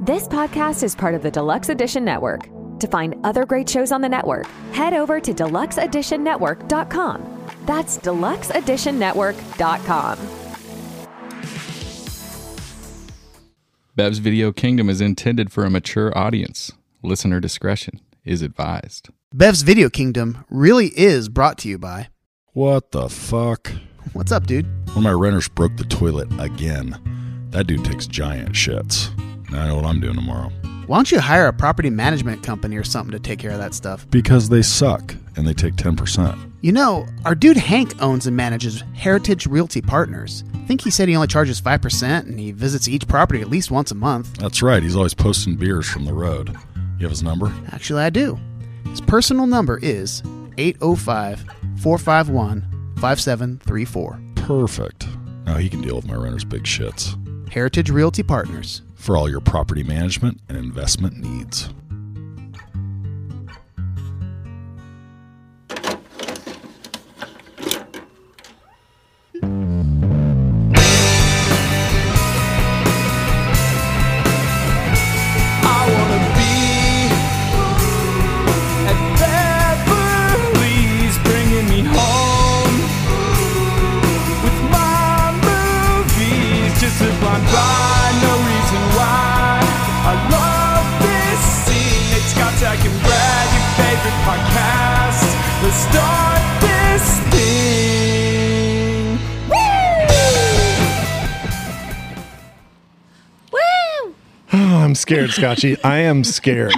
This podcast is part of the Deluxe Edition Network. To find other great shows on the network, head over to deluxeeditionnetwork.com. That's deluxeeditionnetwork.com. Bev's Video Kingdom is intended for a mature audience. Listener discretion is advised. Bev's Video Kingdom really is brought to you by. What the fuck? What's up, dude? One of my renters broke the toilet again. That dude takes giant shits. Now I know what I'm doing tomorrow. Why don't you hire a property management company or something to take care of that stuff? Because they suck and they take 10%. You know, our dude Hank owns and manages Heritage Realty Partners. I think he said he only charges 5% and he visits each property at least once a month. That's right, he's always posting beers from the road. You have his number? Actually, I do. His personal number is 805 451 5734. Perfect. Now he can deal with my renter's big shits. Heritage Realty Partners. For all your property management and investment needs. I wanna be at Beverly's, bringing me home with my movies. Just a blind buy, no reason why. I love this scene. It's got Zach and Brad, your favorite podcast. Let's start this thing. Woo! I'm scared, Scotchy. I am scared.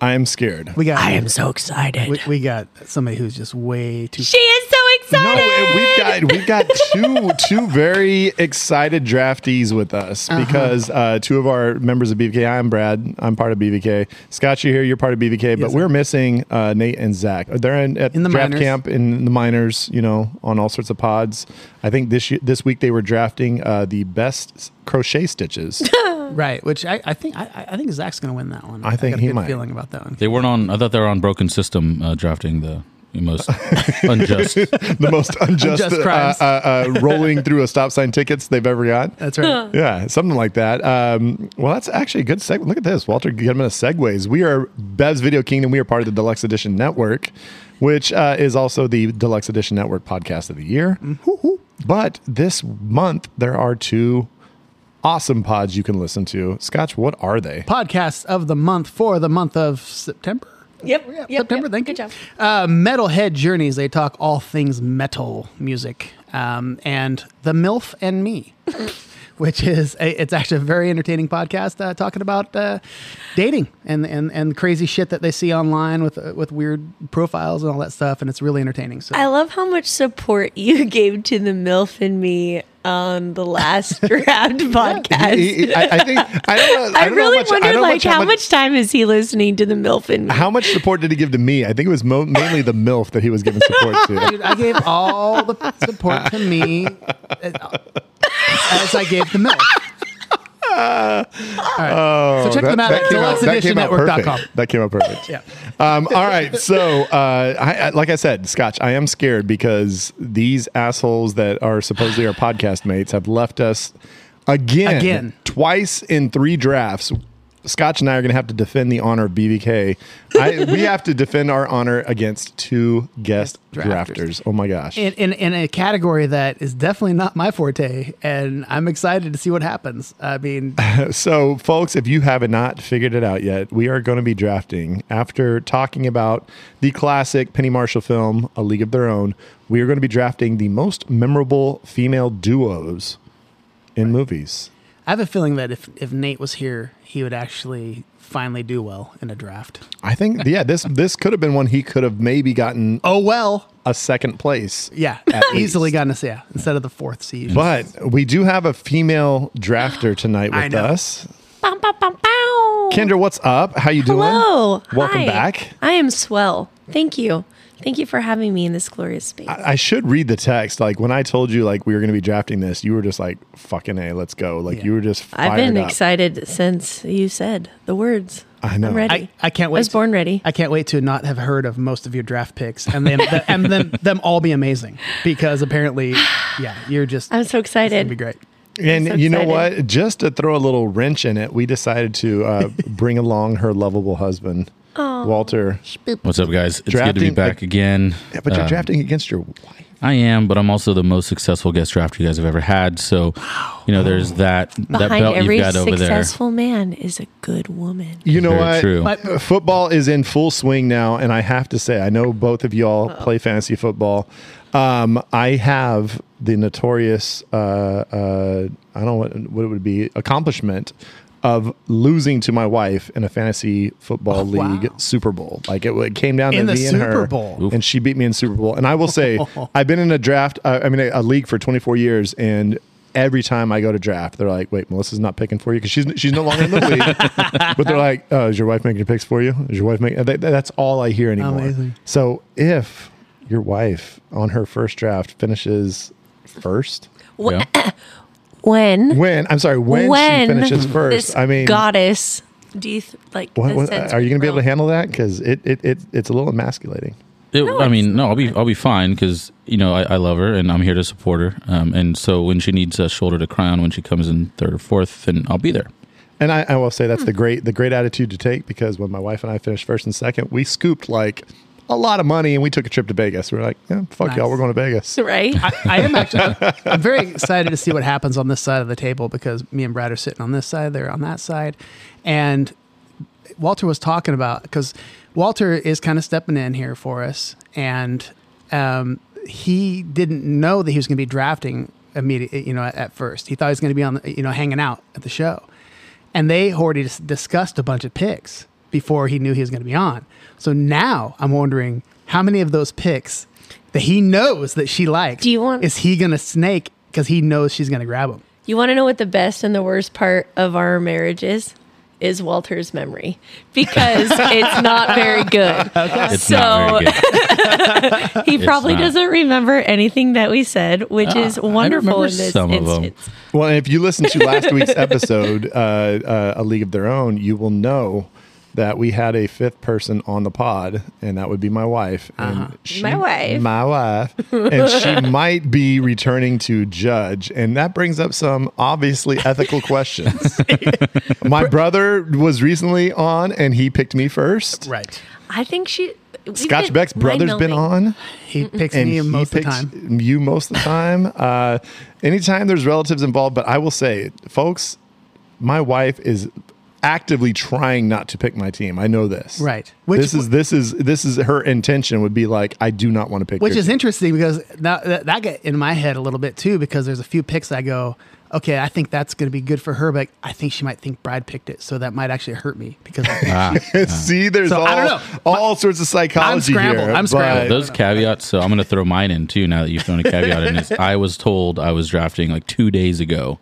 I am scared. We got. I am so excited. We, we got somebody who's just way too. She is so No, excited. we've got we've got two two very excited draftees with us Uh-huh. because uh, two of our members of BVK. I'm Brad. I'm part of BVK. Scotchy here. You're part of BVK, but Yes. we're missing uh, Nate and Zach. They're in at In the draft minors. camp in the minors. You know, on all sorts of pods. I think this year, this week they were drafting uh, the best crochet stitches. Right, which I, I think I, I think Zach's going to win that one. I think got a he good might. feeling about that one. They weren't on. I thought they were on broken system uh, drafting the most unjust. the most unjust, Unjust uh, crimes. uh, uh, rolling through a stop sign tickets they've ever got. That's right. Yeah, something like that. Um, well, that's actually a good segue. Look at this, Walter Goodman of Segways. We are Bev's Video Kingdom. We are part of the Deluxe Edition Network, which uh, is also the Deluxe Edition Network podcast of the year. Mm-hmm. Hoo-hoo. But this month, there are two awesome pods you can listen to. Scotch, what are they? Podcast of the month for the month of September. Yep. Oh, Yeah, yep, September. yep. Thank Good you. job. Uh, Metalhead Journeys. They talk all things metal music, um, and the MILF and me, which is a, it's actually a very entertaining podcast uh, talking about uh, dating and and and crazy shit that they see online with uh, with weird profiles and all that stuff, and it's really entertaining. So I love how much support you gave to the MILF and me on the last draft podcast. I, I- I think I don't know. I, don't know really much- I wonder, don't know like, how much time is he listening to the MILF and me? how much support did he give to me? I think it was mo- mainly the MILF that he was giving support to. Dude, I gave all the support to me as I gave the milk. Oh, check them out at came that came out perfect. deluxeeditionnetwork.com. That came out perfect. Yeah. Um, all right. So, uh, I, I, like I said, Scotch, I am scared because these assholes that are supposedly our podcast mates have left us again, Again. twice in three drafts. Scotch and I are going to have to defend the honor of BBK. I, we have to defend our honor against two guest Drafters. drafters. Oh my gosh. In, in, in a category that is definitely not my forte, and I'm excited to see what happens. I mean, So, folks, if you have not figured it out yet, we are going to be drafting after talking about the classic Penny Marshall film, A League of Their Own. We are going to be drafting the most memorable female duos in movies. I have a feeling that if, if Nate was here, he would actually finally do well in a draft. I think, yeah, this this could have been one he could have maybe gotten Oh, well. a second place. Yeah. At Easily least. gotten us, yeah, instead of the fourth seed. But we do have a female drafter tonight I with know. us. Bum, bum, bum, bow. Kendra, what's up? How you doing? Hello. Welcome Hi. back. I am swell. Thank you. Thank you for having me in this glorious space. I should read the text. Like when I told you like we were going to be drafting this, you were just like fucking a, let's go. Like Yeah. you were just. Fired I've been up. excited since you said the words. I know. I'm ready. I, I can't wait. I was born ready. I can't wait to not have heard of most of your draft picks and then and then them all be amazing because apparently, yeah, you're just. I'm so It's gonna excited. be great. And so you know excited. what? Just to throw a little wrench in it, we decided to uh, bring along her lovable husband, Walter. Um, What's up, guys? It's good to Drafting, be back like- again. Yeah, but you're Uh, drafting against your wife. I am, but I'm also the most successful guest drafter you guys have ever had. So, you know, there's that that Behind belt every you've got over there. successful man is a good woman. You know Very what? true. My- football is in full swing now, and I have to say, I know both of y'all play fantasy football. Um, I have the notorious, uh, uh, I don't know what, what it would be, accomplishment of losing to my wife in a fantasy football league Super Bowl. Like it, it came down Oh, In to the me and her, Super Bowl? and she beat me in Super Bowl. And I will say, I've been in a draft, uh, I mean, a, a league for 24 years, and every time I go to draft, they're like, "Wait, Melissa's not picking for you because she's she's no longer in the league." but they're like, oh, "Is your wife making picks for you? Is your wife making?" That, that's all I hear anymore. Amazing. So if your wife on her first draft finishes first, Yeah. When when I'm sorry, when, she finishes this first, I mean, goddess. Do you th- like? what, the what- sense are you going to be able to will- handle that? Because it, it it it's a little emasculating. It, I mean, no, I'll be I'll be fine because you know I, I love her and I'm here to support her. Um, and so when she needs a shoulder to cry on, when she comes in third or fourth, then I'll be there. And I, I will say that's the great the great attitude to take because when my wife and I finished first and second, we scooped like a lot of money and we took a trip to Vegas. We were like, yeah, fuck y'all, Nice. we're going to Vegas. Right? I, I am actually. I'm very excited to see what happens on this side of the table because me and Brad are sitting on this side, they're on that side, and Walter was talking about because Walter is kind of stepping in here for us, and um, he didn't know that he was going to be drafting immediately. You know, at, at first, he thought he was going to be on, the, you know, hanging out at the show, and they already dis- discussed a bunch of picks before he knew he was going to be on. So now I'm wondering how many of those picks that he knows that she likes. Do you want- Is he going to snake because he knows she's going to grab him? You want to know what the best and the worst part of our marriage is? Is Walter's memory because it's not very good. It's so not very good. he probably not. Uh, doesn't remember anything that we said, which is wonderful remember in this some of 'em. instance. Well, and if you listen to last week's episode, uh, uh, A League of Their Own, you will know that we had a fifth person on the pod, and that would be my wife. And she- Uh-huh. My wife. My wife. And she might be returning to judge. And that brings up some obviously ethical questions. my brother was recently on, and he picked me first. Right. I think she. we've Scotch been Beck's brother's been mind-melding. on. He picks me he most of the picks time. You most of the time. Uh, anytime there's relatives involved, but I will say, folks, my wife is actively trying not to pick my team. I know this. Right. Which- this is this is this is her intention would be like I do not want to pick. Which your is team. interesting because that, that, that got in my head a little bit too because there's a few picks I go, okay, I think that's going to be good for her, but I think she might think Brad picked it, so that might actually hurt me because I think Ah, see there's So, all I don't know. all sorts of psychology scrambled. here. I'm but- scrambled. those caveats. So I'm going to throw mine in too. Now that you've thrown a caveat in, is I was told I was drafting like two days ago.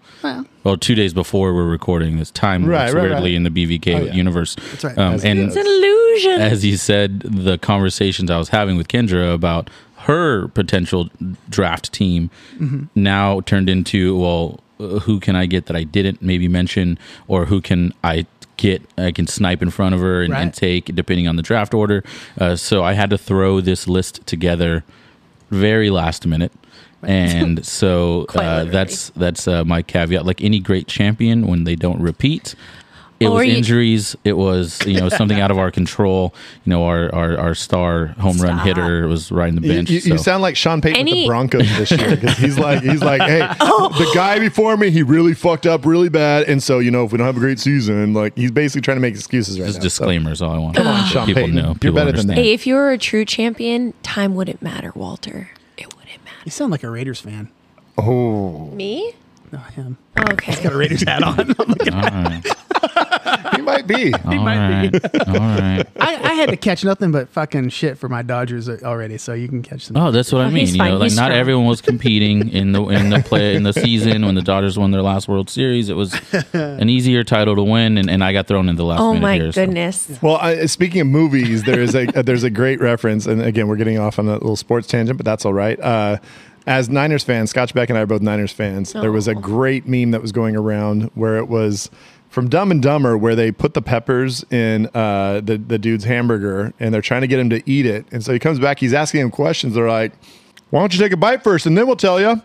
Well, two days before we're recording this time Right, works right, weirdly right. in the BVK yeah. universe. That's right. Um, As it and It's an illusion. as you said, the conversations I was having with Kendra about her potential draft team Mm-hmm. now turned into, well, uh, who can I get that I didn't maybe mention, or who can I get I can snipe in front of her and, and Right. take depending on the draft order. Uh, so I had to throw this list together very last minute. And so Quite uh, literally. that's that's uh, my caveat. Like any great champion, when they don't repeat, it Or was you- injuries. It was you know something out of our control. You know our our, our star home run hitter was riding the You, bench. you- you so- sound like Sean Payton with Any- the Broncos this year because he's like he's like, hey, Oh. the guy before me, he really fucked up really bad, and so you know if we don't have a great season, like he's basically trying to make excuses right just now. So- disclaimer is all I want. Come on, Sean people Payton. know. You're people better than understand. that. Hey, if you were a true champion, time wouldn't matter, Walter. It wouldn't matter. you sound like a Raiders fan. Oh. Me? No, him. Okay. A Raiders hat on. he might be. All right, all right. I, I had to catch nothing but fucking shit for my Dodgers already, so you can catch some. Oh, that's what I mean. he's You fine. know, like He's not strong. everyone was competing in the in the play in the season when the Dodgers won their last World Series. It was an easier title to win, and, and I got thrown in the last. Oh minute my here, so- goodness. Well, I, speaking of movies, there is a uh, there's a great reference, and again, we're getting off on a little sports tangent, but that's all right. Uh, as Niners fans, Scotch Beck and I are both Niners fans. There was a great meme that was going around where it was from Dumb and Dumber, where they put the peppers in uh, the the dude's hamburger, and they're trying to get him to eat it, and so he comes back, he's asking him questions. They're like, "Why don't you take a bite first, and then we'll tell you?" and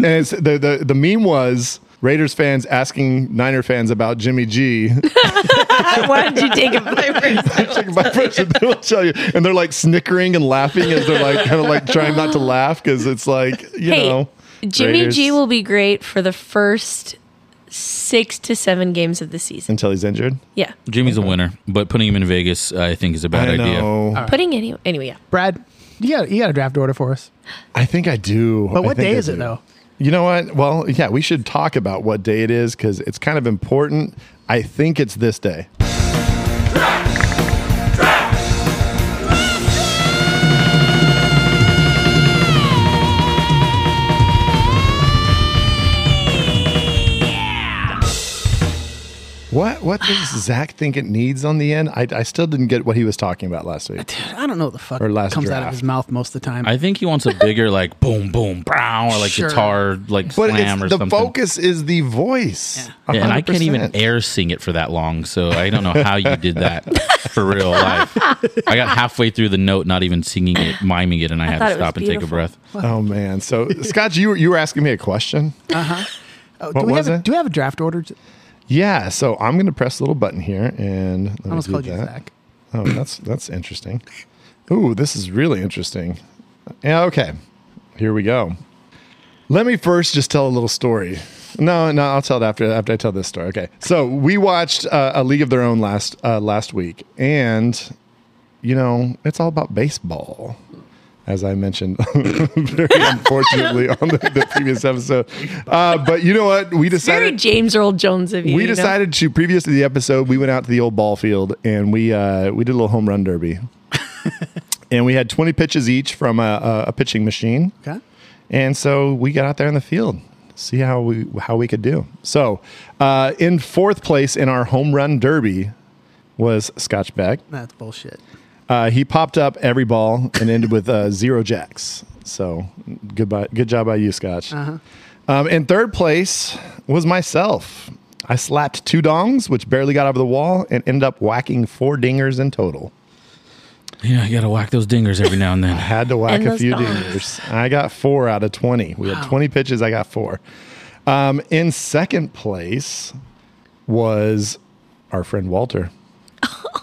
it's, the the the meme was. Raiders fans asking Niner fans about Jimmy G. Why don't you take it by first? Check my person, they will tell you. And they're like snickering and laughing as they're like kind of like trying not to laugh because it's like, you Hey, know. Jimmy G Raiders- will be great for the first six to seven games of the season. until he's injured. Yeah. Jimmy's a winner, but putting him in Vegas, I think, is a bad I idea. know. Putting any anyway, yeah. Brad, you got you got a draft order for us. I think I do. But I what think day I is it do. though? You know what? Well, yeah, we should talk about what day it is because it's kind of important. I think it's this day. What what does Zach think it needs on the end? I, I still didn't get what he was talking about last week. I don't know what the fuck Or last comes out of draft. his mouth most of the time. I think he wants a bigger like boom boom brow or like Sure. guitar like But slam or it's, the something. focus is the voice. Yeah, and I can't even 100%. air sing it for that long, so I don't know how you did that for real life. I got halfway through the note, not even singing it, miming it, and I, thought had to it was stop and take a beautiful. breath. Oh man! So Scott, you were, you were asking me a question. Oh, do what we was have a, it? do we have a draft order? I Yeah. So I'm gonna press a little button here, and let me almost do called you that. Zach. Oh, that's that's interesting. Ooh, this is really interesting. Yeah, okay, here we go. Let me first just tell a little story. No, no, I'll tell it after after I tell this story. Okay, so we watched uh, a League of Their Own last uh, last week, and you know it's all about baseball, as I mentioned very unfortunately on the, the previous episode. Uh, but you know what? We Very decided James Earl Jones of you. we you know? decided to previous to the episode, we went out to the old ball field and we uh, we did a little home run derby, and we had twenty pitches each from a, a, a pitching machine, Okay. and so we got out there in the field, see how we how we could do. So, uh, in fourth place in our home run derby was Scotch Beck. That's bullshit. Uh, he popped up every ball and ended with uh, zero jacks. So goodbye, good job by you, Scotch. Um, in third place was myself. I slapped two dongs, which barely got over the wall, and ended up whacking four dingers in total. Yeah, you gotta whack those dingers every now and then. Had to whack And a those few dongs. dingers. I got four out of twenty. We had twenty pitches. I got four. Um, in second place was our friend Walter.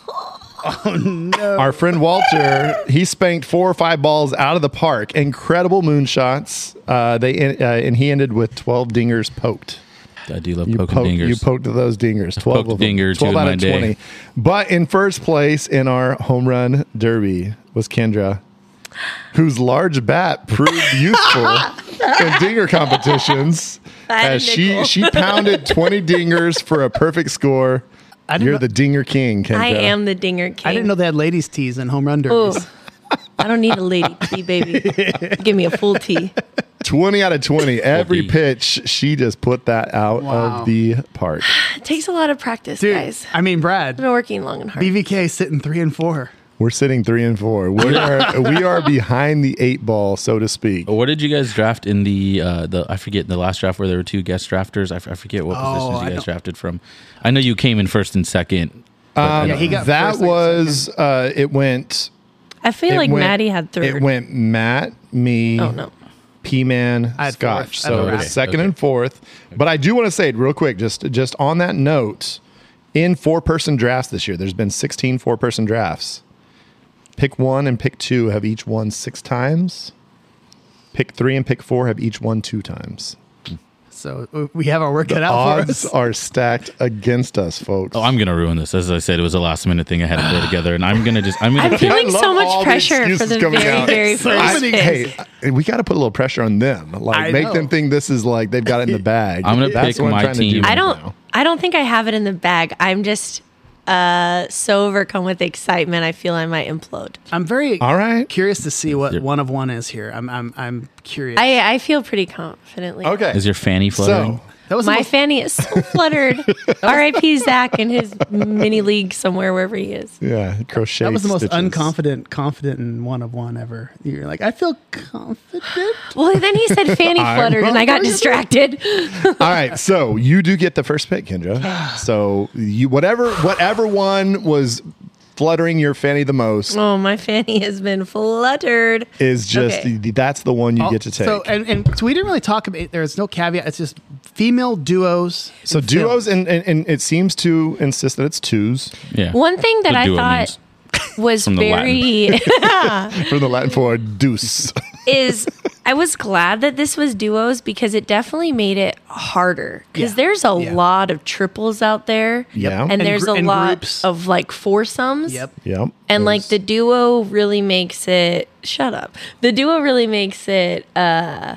Oh, Our friend Walter, he spanked four or five balls out of the park. Incredible moonshots. Uh, they en- uh, and he ended with twelve dingers poked. I do love You poking poked, dingers. you poked those dingers. Twelve poked of them. dinger, two twelve in out my of day. twenty. But in first place in our home run derby was Kendra, whose large bat proved useful in dinger competitions. had a As she nickel. she pounded twenty dingers for a perfect score. I didn't You're know- the dinger king, Kendra. I am the dinger king. I didn't know they had ladies' tees and home run Ooh. derbies. I don't need a lady tea, baby. Give me a full tea. 20 out of 20. Every D. pitch, she just put that out Wow. of the park. It takes a lot of practice, Dude, guys. I mean, I've Brad, been working long and hard. BVK sitting three and four. We're sitting three and four. We are, we are behind the eight ball, so to speak. what did you guys draft in the uh, the I forget the last draft where there were two guest drafters? I, f- I forget what Oh, positions I you guys don't- drafted from. I know you came in first and second. but I Yeah, don't he know. got Um, that first, like, was, uh, it went. I feel it like went- Maddie had third. It went Matt, me, oh no. P Man, I had Scotch. fourth. I had So it fourth. was second Okay. and fourth. But I do want to say it real quick, just just on that note, in four person drafts this year, there's been 16 four person drafts. Pick one and pick two have each won six times. Pick three and pick four have each won two times. So uh, we have our work cut out for us. Odds are stacked against us, folks. Oh, I'm gonna ruin this. As I said, it was a last minute thing I had to put together, and I'm gonna just I'm gonna I'm pick- feeling love so all much the pressure for excuses the coming very, out. very first I- pick. hey, I- we got to put a little pressure on them. Like, I make know. them think this is like they've got it in the bag. I'm gonna That's pick what I'm my trying to do team. right I don't. now. I don't think I have it in the bag. I'm just uh, so overcome with excitement. I feel I might implode. I'm very All right. curious to see what one of one is here. I'm I'm I'm curious. I I feel pretty confidently. Okay. Is your fanny fluttering? so, that was the My most- fanny is so fluttered. R.I.P. Zach in his mini league somewhere, wherever he is. Yeah, crochet. that was the most stitches. unconfident, confident in one of one ever. You're like, I feel confident. Well, then he said fanny fluttered, and I got distracted. All right, so you do get the first pick, Kendra. So you whatever whatever one was fluttering your fanny the Mm. most Oh, my fanny has been fluttered. is just Okay. the, that's the one you Oh, get to take. So and, and so we didn't really talk about. There's no caveat. It's just female duos. So in film. duos, and, and, and it seems to insist that it's twos Yeah. One thing that The I duo thought was From the very from the Latin for deuce. is I was glad that this was duos because it definitely made it harder because Yeah. there's a Yeah. lot of triples out there. Yeah. And, And there's gr- a and lot groups. of like foursomes. Yep. Yep. And like the duo really makes it shut up. The duo really makes it uh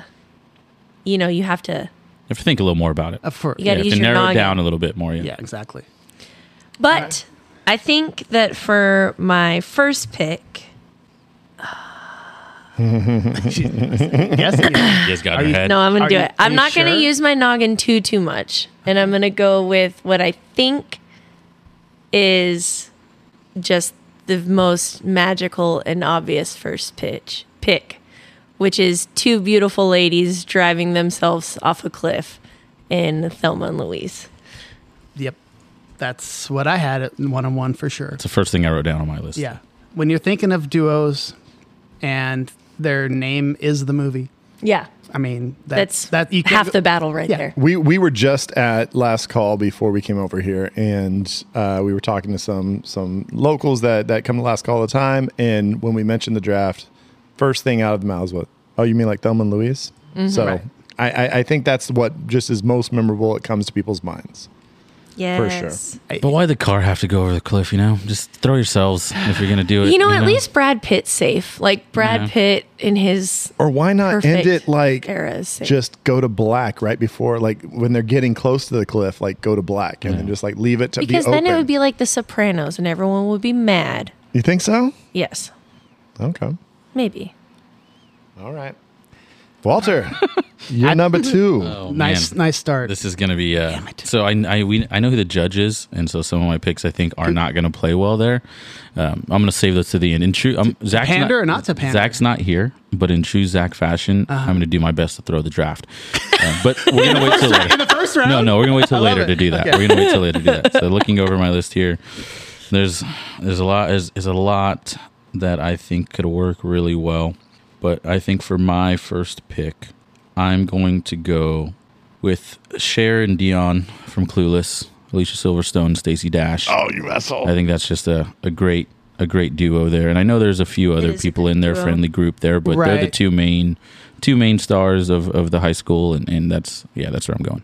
you know, you have to You have to think a little more about it. Of course. You gotta you have use to your narrow it noggin. down a little bit more. Yeah. Yeah. Exactly. But I think that for my first pick, Yes. yeah. Just got Are her you- head. no, I'm gonna Are do you it. I'm sure? not gonna use my noggin too too much, and I'm gonna go with what I think is just the most magical and obvious first pitch pick, which is two beautiful ladies driving themselves off a cliff in Thelma and Louise. Yep. That's what I had at one on one for sure. It's the first thing I wrote down on my list. Yeah. When you're thinking of duos, and their name is the movie. Yeah, I mean, that's, that's, that you can't half go- the battle right Yeah. there. We we were just at last call before we came over here, and uh, we were talking to some some locals that that come to last call all the time. And when we mentioned the draft, first thing out of the mouths was, "Oh, you mean like Thelma and Louise?" Mm-hmm. So Right. I, I I think that's what just is most memorable. It comes to people's minds. Yes. For sure. But why the car have to go over the cliff? You know, just throw yourselves if you're gonna do it. You know, at least Brad Pitt's safe. Like Brad Yeah. Pitt in his Or why not end Perfect it like era is safe. just go to black right before like when they're getting close to the cliff, like go to black and then just like leave it to because be then open. it would be like The Sopranos, and everyone would be mad. you think so? Yes, Okay. maybe. All right. Walter, you're number two. Oh, nice, man. nice start. This is gonna be. Uh, so I I, we, I know who the judge is, and so some of my picks I think are not gonna play well there. Um, I'm gonna save those to the end. In true, um, Zach's pander not, or not to pander? Uh-huh. Zach's not here, but in true Zach fashion, I'm gonna do my best to throw the draft. Uh, but we're gonna wait till later. First round. No, no, we're gonna wait till later it. to do that. We're gonna wait till later to do that. So looking over my list here, there's there's a lot is is a lot that I think could work really well. But I think for my first pick, I'm going to go with Cher and Dion from Clueless, Alicia Silverstone, Stacey Dash. oh, you asshole. I think that's just a, a great a great duo there. And I know there's a few other is a people good in their duo. friendly group there, but they're the Right. two main two main stars of, of the high school and, and that's yeah, that's where I'm going.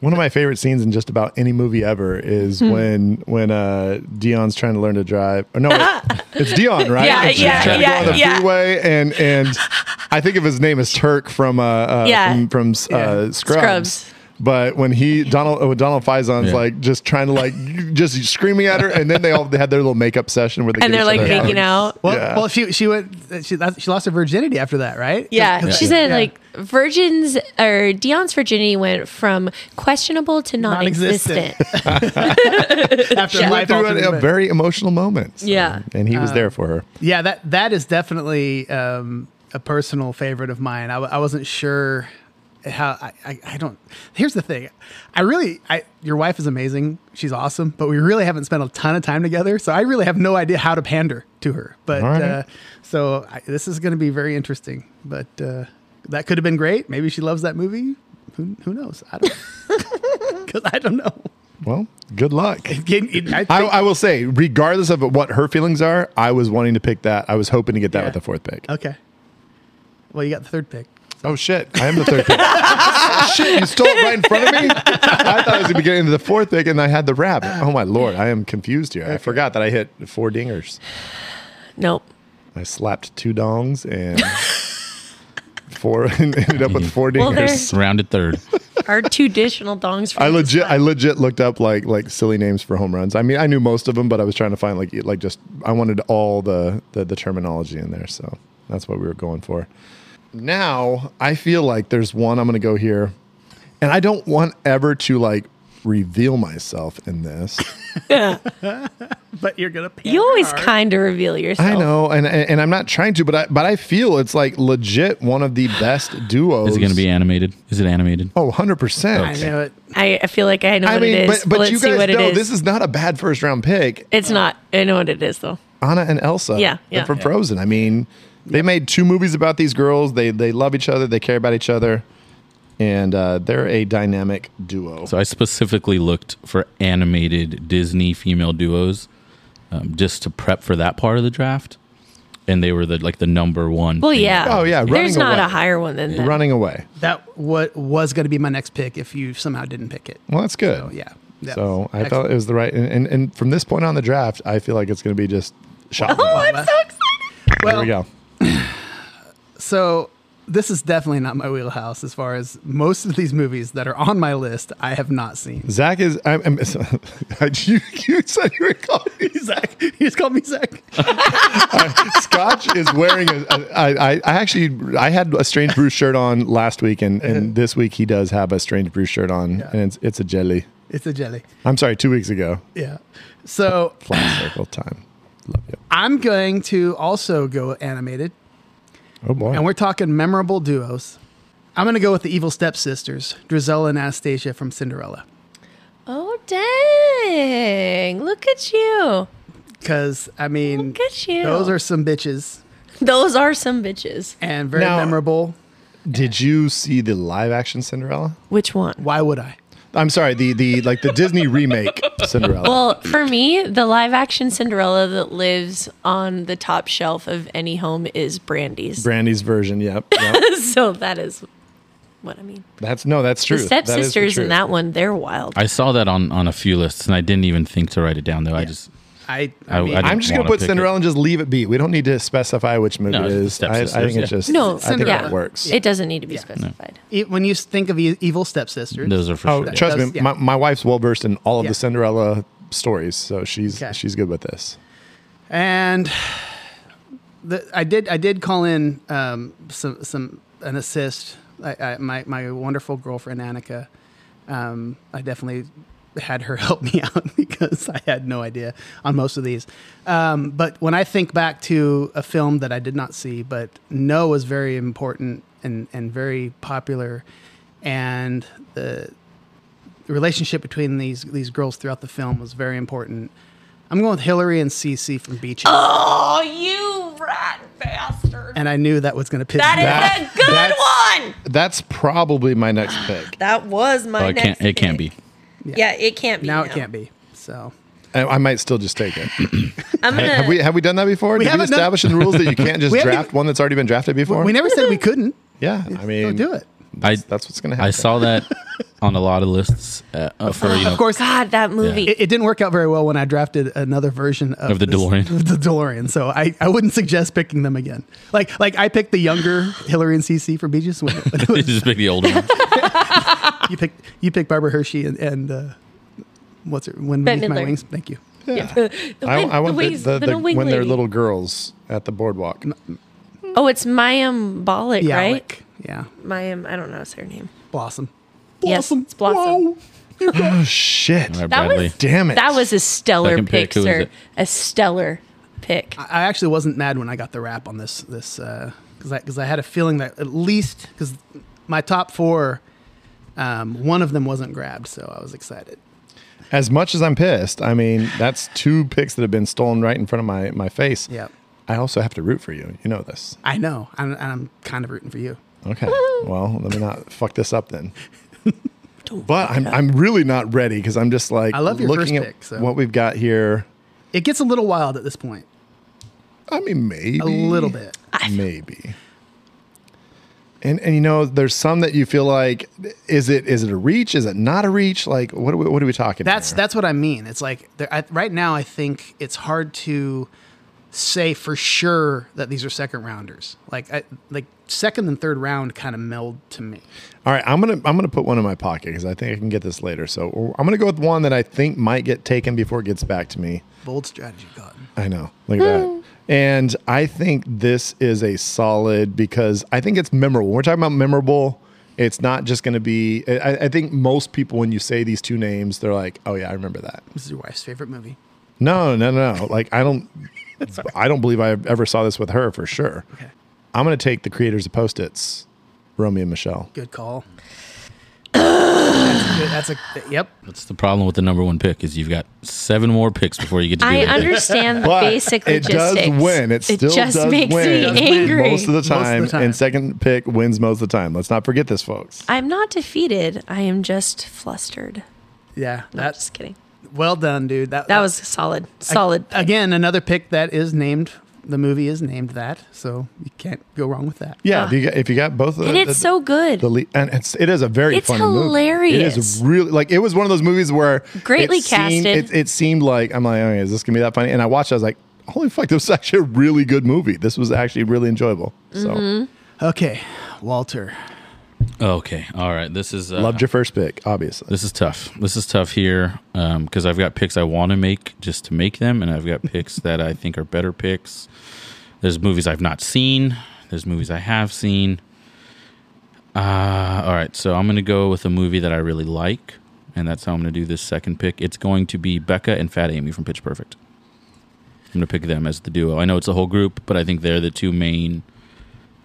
One of my favorite scenes in just about any movie ever is Hmm. when when uh, Dion's trying to learn to drive. Or no, wait, it's Dion, right? Yeah, And she's yeah, trying yeah, to go on the yeah. freeway, and and I think of his name as Turk from uh, uh Yeah. from, from uh, Scrubs. Scrubs. But when he Donald uh, when Donald Faison's Yeah. like just trying to like just screaming at her, and then they all they had their little makeup session where they And get they're each like other hugs. making out. Well, Yeah. well, she she went she lost- she lost her virginity after that, right? Yeah, she Yeah. said Yeah. like virgins or Dion's virginity went from questionable to non-existent. Non-existent. after life through altering a, a event. very emotional moment. So- Yeah. Uh, and he was there for her. Yeah, that that is definitely um, a personal favorite of mine. I, w- I wasn't sure how I, I, I don't. Here's the thing, I really I your wife is amazing. She's awesome, but we really haven't spent a ton of time together, so I really have no idea how to pander to her. But All right. uh, so I, this is going to be very interesting. But uh, that could have been great. Maybe she loves that movie. Who who knows? I don't. Because I don't know. Well, good luck. Can- I I, think- I will say, regardless of what her feelings are, I was wanting to pick that. I was hoping to get that Yeah. with the fourth pick. okay. Well, you got the third pick. Oh shit! I am the third pick. shit, you stole it right in front of me. I thought I was going to get into the fourth pick, and I had the rabbit. Oh my lord, I am confused here. I forgot that I hit four dingers. Nope. I slapped two dongs and four, and ended up with four Well, dingers. there- Rounded third. Our two additional dongs for I this legit, one. I legit looked up like like silly names for home runs. I mean, I knew most of them, but I was trying to find like e, like just I wanted all the the, the terminology in there, so that's what we were going for. Now I feel like there's one I'm going to go here, and I don't want ever to like reveal myself in this. But you're gonna. pan You always hard. kind of reveal yourself. I know, and, and and I'm not trying to, but I but I feel it's like legit one of the best duos. Is it going to be animated? Is it animated? Oh, 100 percent. I knew it. I, I feel like I know I what mean, it but is. but Let's you see guys what know it is. this is Oh. not a bad first round pick. it's not. I know what it is though. Anna and Elsa. Yeah, they're yeah. From Frozen. I mean, they made two movies about these girls. They they love each other. They care about each other, and uh, they're a dynamic duo. So I specifically looked for animated Disney female duos um, just to prep for that part of the draft, and they were the like the number one. Well, thing. yeah. Oh, yeah, There's running not away. a higher one than that. Running away. That what was gonna be my next pick if you somehow didn't pick it. Well, that's good. So yeah. That So was I felt it was the right, and, and, and from this point on the draft, I feel like it's going to be just shot. Oh, I'm so excited. excellent. There we Well, go. so this is definitely not my wheelhouse as far as most of these movies that are on my list I have not seen. Zach is. I'm, I'm, you, you said you were calling me Zach. He's called me Zach. Scotch is wearing a. a I, I, I actually I had a strange brew shirt on last week, and, and this week he does have a strange brew shirt on, Yeah. and it's it's a jelly. It's a jelly. I'm sorry, two weeks ago. Yeah. So Flat circle time. Love you. I'm going to also go animated, Oh boy. and we're talking memorable duos. I'm going to go with the evil stepsisters, Drizella and Anastasia from Cinderella, Oh dang! Look at you. because I mean, Look at you. those are some bitches Those are some bitches. and very Now- memorable. Did you see the live action Cinderella? Which one? Why would I? I'm sorry, the the like the Disney remake Cinderella. Well, for me, the live action Cinderella that lives on the top shelf of any home is Brandy's. Brandy's version. Yep. yep. so that is what I mean. That's no, that's true. The That is the stepsisters in truth. that one, they're wild. I saw that on on a few lists, and I didn't even think to write it down though. I just I, I, I- mean, I didn't I'm just gonna wanna put pick Cinderella and just leave it be. We don't need to specify which movie No, it it's is. the I, I think stepsisters, it's yeah. just no, I think yeah. that works. It doesn't need to be specified. e- when you think of e- evil stepsisters, Those are for Oh, sure. yeah. trust That's- me, yeah. my, my wife's well versed in all of Yeah. the Cinderella stories, so she's Okay. she's good with this. and the, I did I did call in um, some some an assist. I, I, my my wonderful girlfriend Annika. Um, I definitely had her help me out because I had no idea on most of these. Um, but when I think back to a film that I did not see, but know was very important and and very popular, and the the relationship between these these girls throughout the film was very important. I'm going with Hillary and Cece from Beaches, Oh, you rat bastard. and I knew that was going to piss That me is off. a good that's- one. That's probably my next pick. That was my Oh, it can't. next It can't be. pick. Yeah, it can't be. Now it can't be. So I, I might still just take it. I'm gonna. Have we have we done that before? Did we haven't done- establish the rules that you can't just We haven't draft even- one that's already been drafted before? we never said we couldn't. yeah, I mean, Go do it. I That's what's gonna happen. I saw that on a lot of lists uh, uh, for you know Of course, God, that movie. it, it didn't work out very well when I drafted another version of, Of the DeLorean. of the DeLorean, so I, I wouldn't suggest picking them again. Like like I picked the younger Hillary and CC from Beaches. When when it you was- just pick the old one. you picked you picked Barbara Hershey and, and uh, what's her when Bette Beneath my Midler. wings. Thank you. I, wing- I want the the, wings- the, the the- wing when they're lady. little girls at the boardwalk. Oh, it's Mayim Balik, Yeah, right? like- yeah. Mayim, I don't know what's her name. Blossom. Yes, it's Blossom. Whoa. oh shit! All right, That was- Bradley. Damn it! That was a stellar Second pick, pick, who is sir. it? A stellar pick. I actually wasn't mad when I got the rap on this this because I because I had a feeling that at least because my top four, um, one of them wasn't grabbed, so I was excited. as much as I'm pissed. I mean, that's two picks that have been stolen right in front of my my face. Yep. I also have to root for you. You know this. I know, and and I'm kind of rooting for you. Okay. Well, let me not fuck this up then. But I'm, I'm really not ready because I'm just like I love your looking first at pick, so. what we've got here. It gets a little wild at this point, I mean, maybe a little bit. maybe. And and you know, there's some that you feel like, is it is it a reach? Is it not a reach? Like what are we, what are we talking? That's here? that's what I mean. It's like there, I, right now, I think it's hard to say for sure that these are second rounders. Like I, like second and third round kind of meld to me. All right, I'm gonna I'm gonna put one in my pocket because I think I can get this later. So I'm gonna go with one that I think might get taken before it gets back to me. Bold strategy, Cotton. I know, look at Hmm. that. And I think this is a solid because I think it's memorable. We're talking about memorable It's not just going to be. I, I think most people, when you say these two names, they're like, "Oh yeah, I remember that." This is your wife's favorite movie. No, no, no. Like I don't, I don't believe I ever saw this with her for sure. Okay. I'm going to take the creators of Post-its, Romeo and Michelle. Good call. Mm. that's, good. that's a yep. That's the problem with the number one pick is you've got seven more picks before you get to do I it. understand the But basic it does logistics. win. It still just does makes win. me angry. Most of the of the time, time. and second pick wins most of the time. Let's not forget this, folks. I'm not defeated. I am just flustered. Yeah, That's that's just kidding. well done, dude. That That was solid. Solid. again another pick that is named. The movie is named that, so you can't go wrong with that. Yeah, if, you got, if you got both of and the, it's the- so good. The lead, and it's it is a very It's funny movie. It hilarious. is really like it was one of those movies where Greatly it seemed- casted. It, it seemed like I'm like, oh, is this gonna be that funny? And I watched. it, I was like, holy fuck, this was actually a really good movie. This was actually really enjoyable. So Mm-hmm. Okay, Walter. okay, all right. This is uh, loved your first pick, obviously. This is tough. This is tough here because I've got picks I want to make just to make them, and I've got picks that I think are better picks. There's movies I've not seen. There's movies I have seen. Uh, all right, so I'm going to go with a movie that I really like, and that's how I'm going to do this second pick. It's going to be Becca and Fat Amy from Pitch Perfect. I'm going to pick them as the duo. I know it's a whole group, but I think they're the two main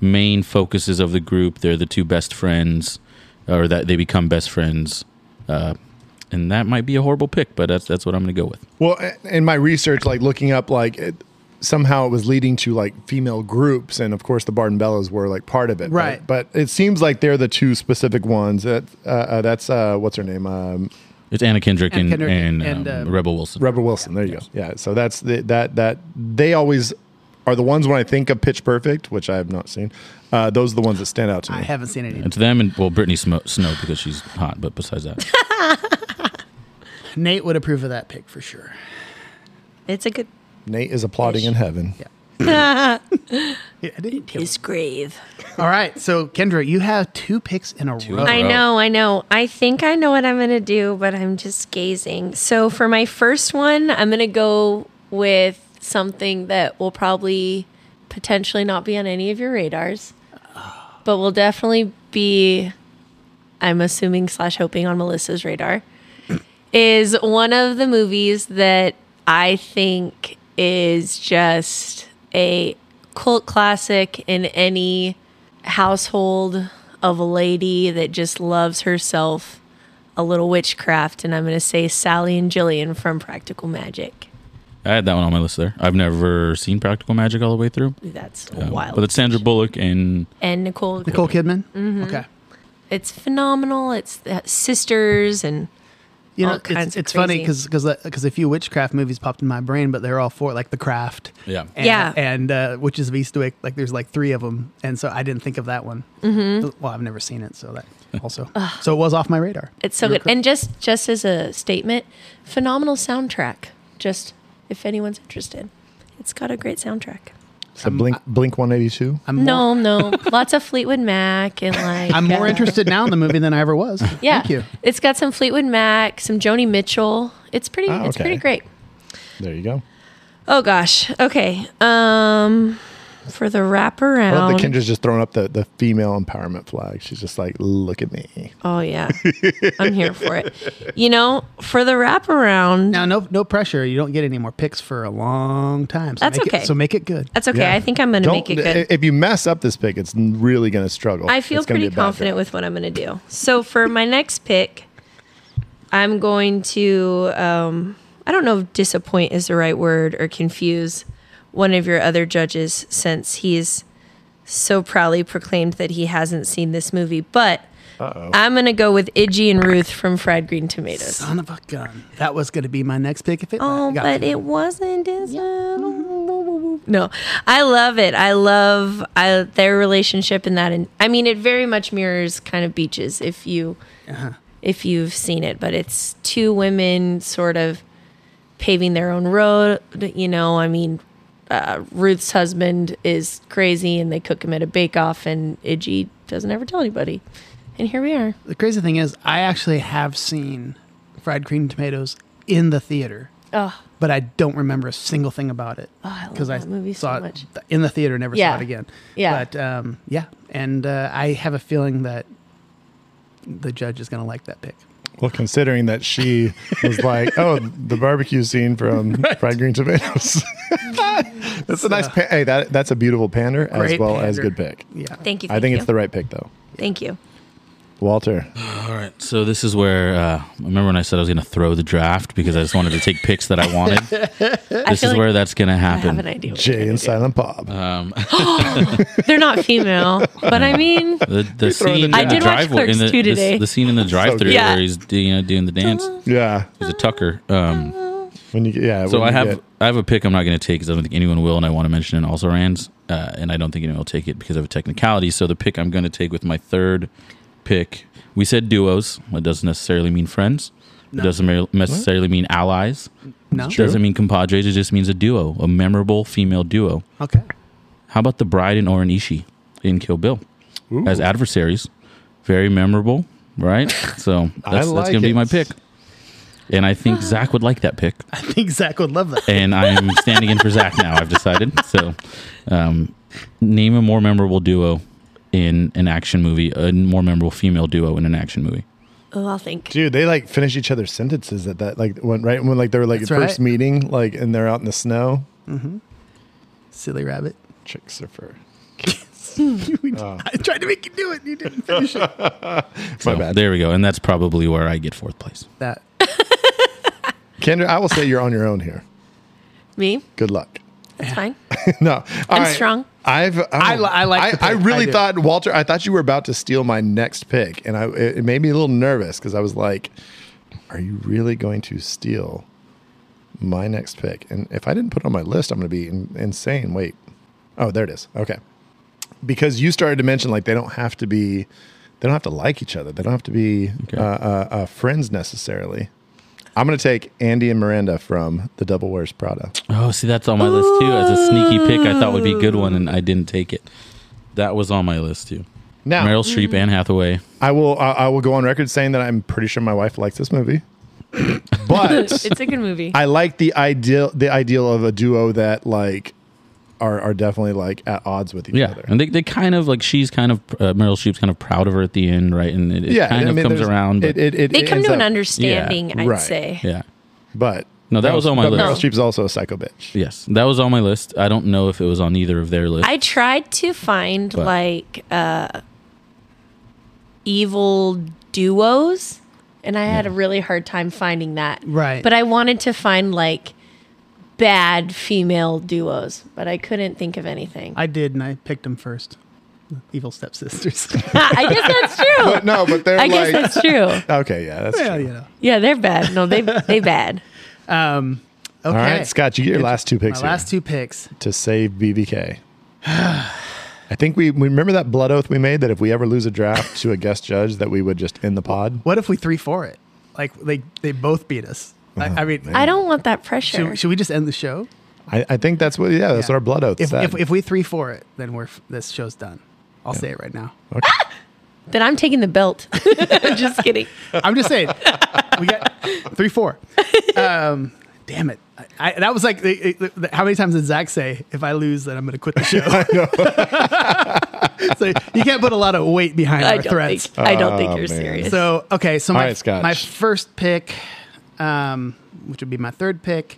main focuses of the group. They're the two best friends, or that they become best friends. Uh, and that might be a horrible pick, but that's that's what I'm going to go with. Well, a- in my research, like looking up, like it, somehow it was leading to like female groups, and of course the Barton Bellas were like part of it, Right. But, but it seems like they're the two specific ones. That uh, uh, that's uh, what's her name. Um, It's Anna Kendrick Anna and, Kendrick and, and, um, uh, Rebel Wilson. Rebel Wilson. There you go. Yeah. So that's the, that that they always are the ones when I think of Pitch Perfect, which I have not seen. Uh, those are the ones that stand out to I me. haven't seen any. it's them and well, Brittany Smo- Snow because she's hot. But besides that, Nate would approve of that pick for sure. it's a good. Nate is applauding in heaven. Yeah, I didn't kill His grave. him. All right, so Kendra, you have two picks in a row. I know, I know. I think I know what I'm going to do, but I'm just gazing. So for my first one, I'm going to go with something that will probably potentially not be on any of your radars, but will definitely be, I'm assuming slash hoping on Melissa's radar, is one of the movies that I think is just a cult classic in any household of a lady that just loves herself a little witchcraft, and I'm going to say Sally and Jillian from Practical Magic. I had that one on my list there. I've never seen Practical Magic all the way through, That's Um, wild. but it's Sandra Bullock and and Nicole. Nicole Kidman. Mm-hmm. Okay, It's phenomenal. It's the sisters, and you All know it's, kinds of it's funny because crazy. because a few witchcraft movies popped in my brain, but they're all four like The Craft. yeah, And, Yeah. and uh, Witches of Eastwick. Like there's like three of them, and so I didn't think of that one. Mm-hmm. Well, I've never seen it, so that also so it was off my radar. it's so good. And just just as a statement, phenomenal soundtrack. Just if anyone's interested, it's got a great soundtrack. So Blink Blink One Eighty Two. I'm more, No, no, lots of Fleetwood Mac and like. I'm more uh, interested now in the movie than I ever was. Yeah, Thank you. it's got some Fleetwood Mac, some Joni Mitchell. It's pretty. Ah, It's okay. pretty great. There you go. Oh gosh. Okay. Um, for the I love that wraparound. Kendra's just throwing up the, the female empowerment flag. She's just like, look at me. oh yeah, I'm here for it. You know, for the wraparound. Now, no, no pressure. You don't get any more picks for a long time. So That's make okay. It, so make it good. That's okay. Yeah. I think I'm gonna Don't- make it good. If you mess up this pick, it's really going to struggle. I feel It's gonna pretty be a bad confident draft. with what I'm gonna do. So for my next pick, I'm going to. Um, I don't know if disappoint is the right word or confuse one of your other judges since he's so proudly proclaimed that he hasn't seen this movie, but. I'm gonna go with Iggy and Ruth from Fried Green Tomatoes. Son of a gun. That was going to be my next pick if it. Oh, got but to. it wasn't as No, I love it. I love I, their relationship in that. And I mean, it very much mirrors kind of Beaches if you Uh-huh. if you've seen it. But it's two women sort of paving their own road. You know, I mean, uh, Ruth's husband is crazy, and they cook him at a bake off, and Iggy doesn't ever tell anybody. And here we are. the crazy thing is, I actually have seen fried cream tomatoes in the theater, Oh, but I don't remember a single thing about it I love I that movie so saw much. it th- in the theater, never Yeah. saw it again. Yeah. but um, yeah, and uh, I have a feeling that the judge is going to like that pick. Well, considering that she was like, "Oh, the barbecue scene from Fried Green Tomatoes." that's a nice. Pa- hey, that that's a beautiful pander as Great well as pander. good pick. Yeah. Thank you. I think it's the right pick though, Thank you. Walter. All right. So this is where uh, remember when I said I was going to throw the draft because I just wanted to take picks that I wanted. this I is feel like where that's going to I have an happen. idea. what Jay and Silent Bob. Uh, They're not female, but I mean, The, the throwing the scene in I the did watch driveway in Clerks the, 2 the s- today. the scene in the drive-through good. Yeah. where he's do- you know doing the dance. It yeah. was a Tucker. Um, When you yeah. so when I you have get- I have a pick I'm not going to take because I don't think anyone will, and I want to mention it in also Rans, uh, and I don't think anyone will take it because of a technicality. So the pick I'm going to take with my third pick, we said duos. It doesn't necessarily mean friends. It doesn't mer- necessarily mean allies. No. It doesn't mean compadres. It just means a duo, a memorable female duo. Okay. How about the bride and Oren Ishii in Kill Bill as adversaries? Very memorable, right? So that's, that's like gonna be it. my pick. And I think Zach would like that pick. I think Zach would love that. And I'm standing in for Zach now. I've decided. So, um, name a more memorable duo in an action movie. A more memorable female duo in an action movie. oh, I'll think. Dude, they like finish each other's sentences at that like when right when like they were like That's first right. meeting like and they're out in the snow. Silly rabbit. Trick surfer. I tried to make you do it. You didn't finish it. So bad. there we go. And that's probably where I get fourth place. That. Kendra, I will say you're on your own here. Me? Good luck. That's fine. No, all I'm strong. I've oh, I li- I like the pick. I, really I do. thought Walter. I thought you were about to steal my next pick, and I it, it made me a little nervous because I was like, "Are you really going to steal my next pick?" And if I didn't put it on my list, I'm going to be in, insane. Wait, oh, there it is. Okay, because you started to mention like they don't have to be, they don't have to like each other. They don't have to be uh, uh, uh, friends necessarily. I'm going to take Andy and Miranda from the Double Wears Prada. Oh, see, that's on my list too. As a sneaky pick, I thought would be a good one, and I didn't take it. That was on my list too. Now, Meryl Mm-hmm. Streep, Anne Hathaway. I will. I, I will go on record saying that I'm pretty sure my wife likes this movie, but It's a good movie. I like the ideal. The ideal of a duo that like are are definitely like at odds with each Yeah, other. and they, they kind of like she's kind of uh, Meryl Streep's kind of proud of her at the end, right? And it, it yeah, kind I of mean, comes there's- around. It, but- it, it they come ends to an up- understanding, I'd right. say. yeah, But No, that Meryl- was on my but list. Meryl Streep's also a psycho bitch. yes, that was on my list. I don't know if it was on either of their lists. I tried to find But- like uh evil duos and I had a really hard time finding that. Right. But I wanted to find like bad female duos, but I couldn't think of anything. I, I did, and I picked him first. Evil stepsisters. guess that's true. But no, but they're I like guess that's true. okay, yeah, that's yeah, true. you know. Yeah, they're bad. No, they they bad. Um, okay. All right, Scott, you get your last two My picks here last two picks. to save BBK. I think we, we remember that blood oath we made that if we ever lose a draft to a guest judge that we would just end the pod. What if we three for it? Like they they both beat us. I, Uh-huh. I mean, I don't want that pressure. should, should we just end the show? I, I think that's what yeah, that's Yeah. what our blood oath If, said. if if we three for it, then we're f- this show's done. I'll say it right now. Then I'm taking the belt. Just kidding. I'm just saying. we got three four. Um, damn it. I, I, that was like the- the- the- how many times did Zach say, "If I lose, then I'm going to quit the show." so you can't put a lot of weight behind I our don't threats. think I don't think Oh, you're man. serious. So okay, so All my right, Scotch. my first pick, um, which would be my third pick,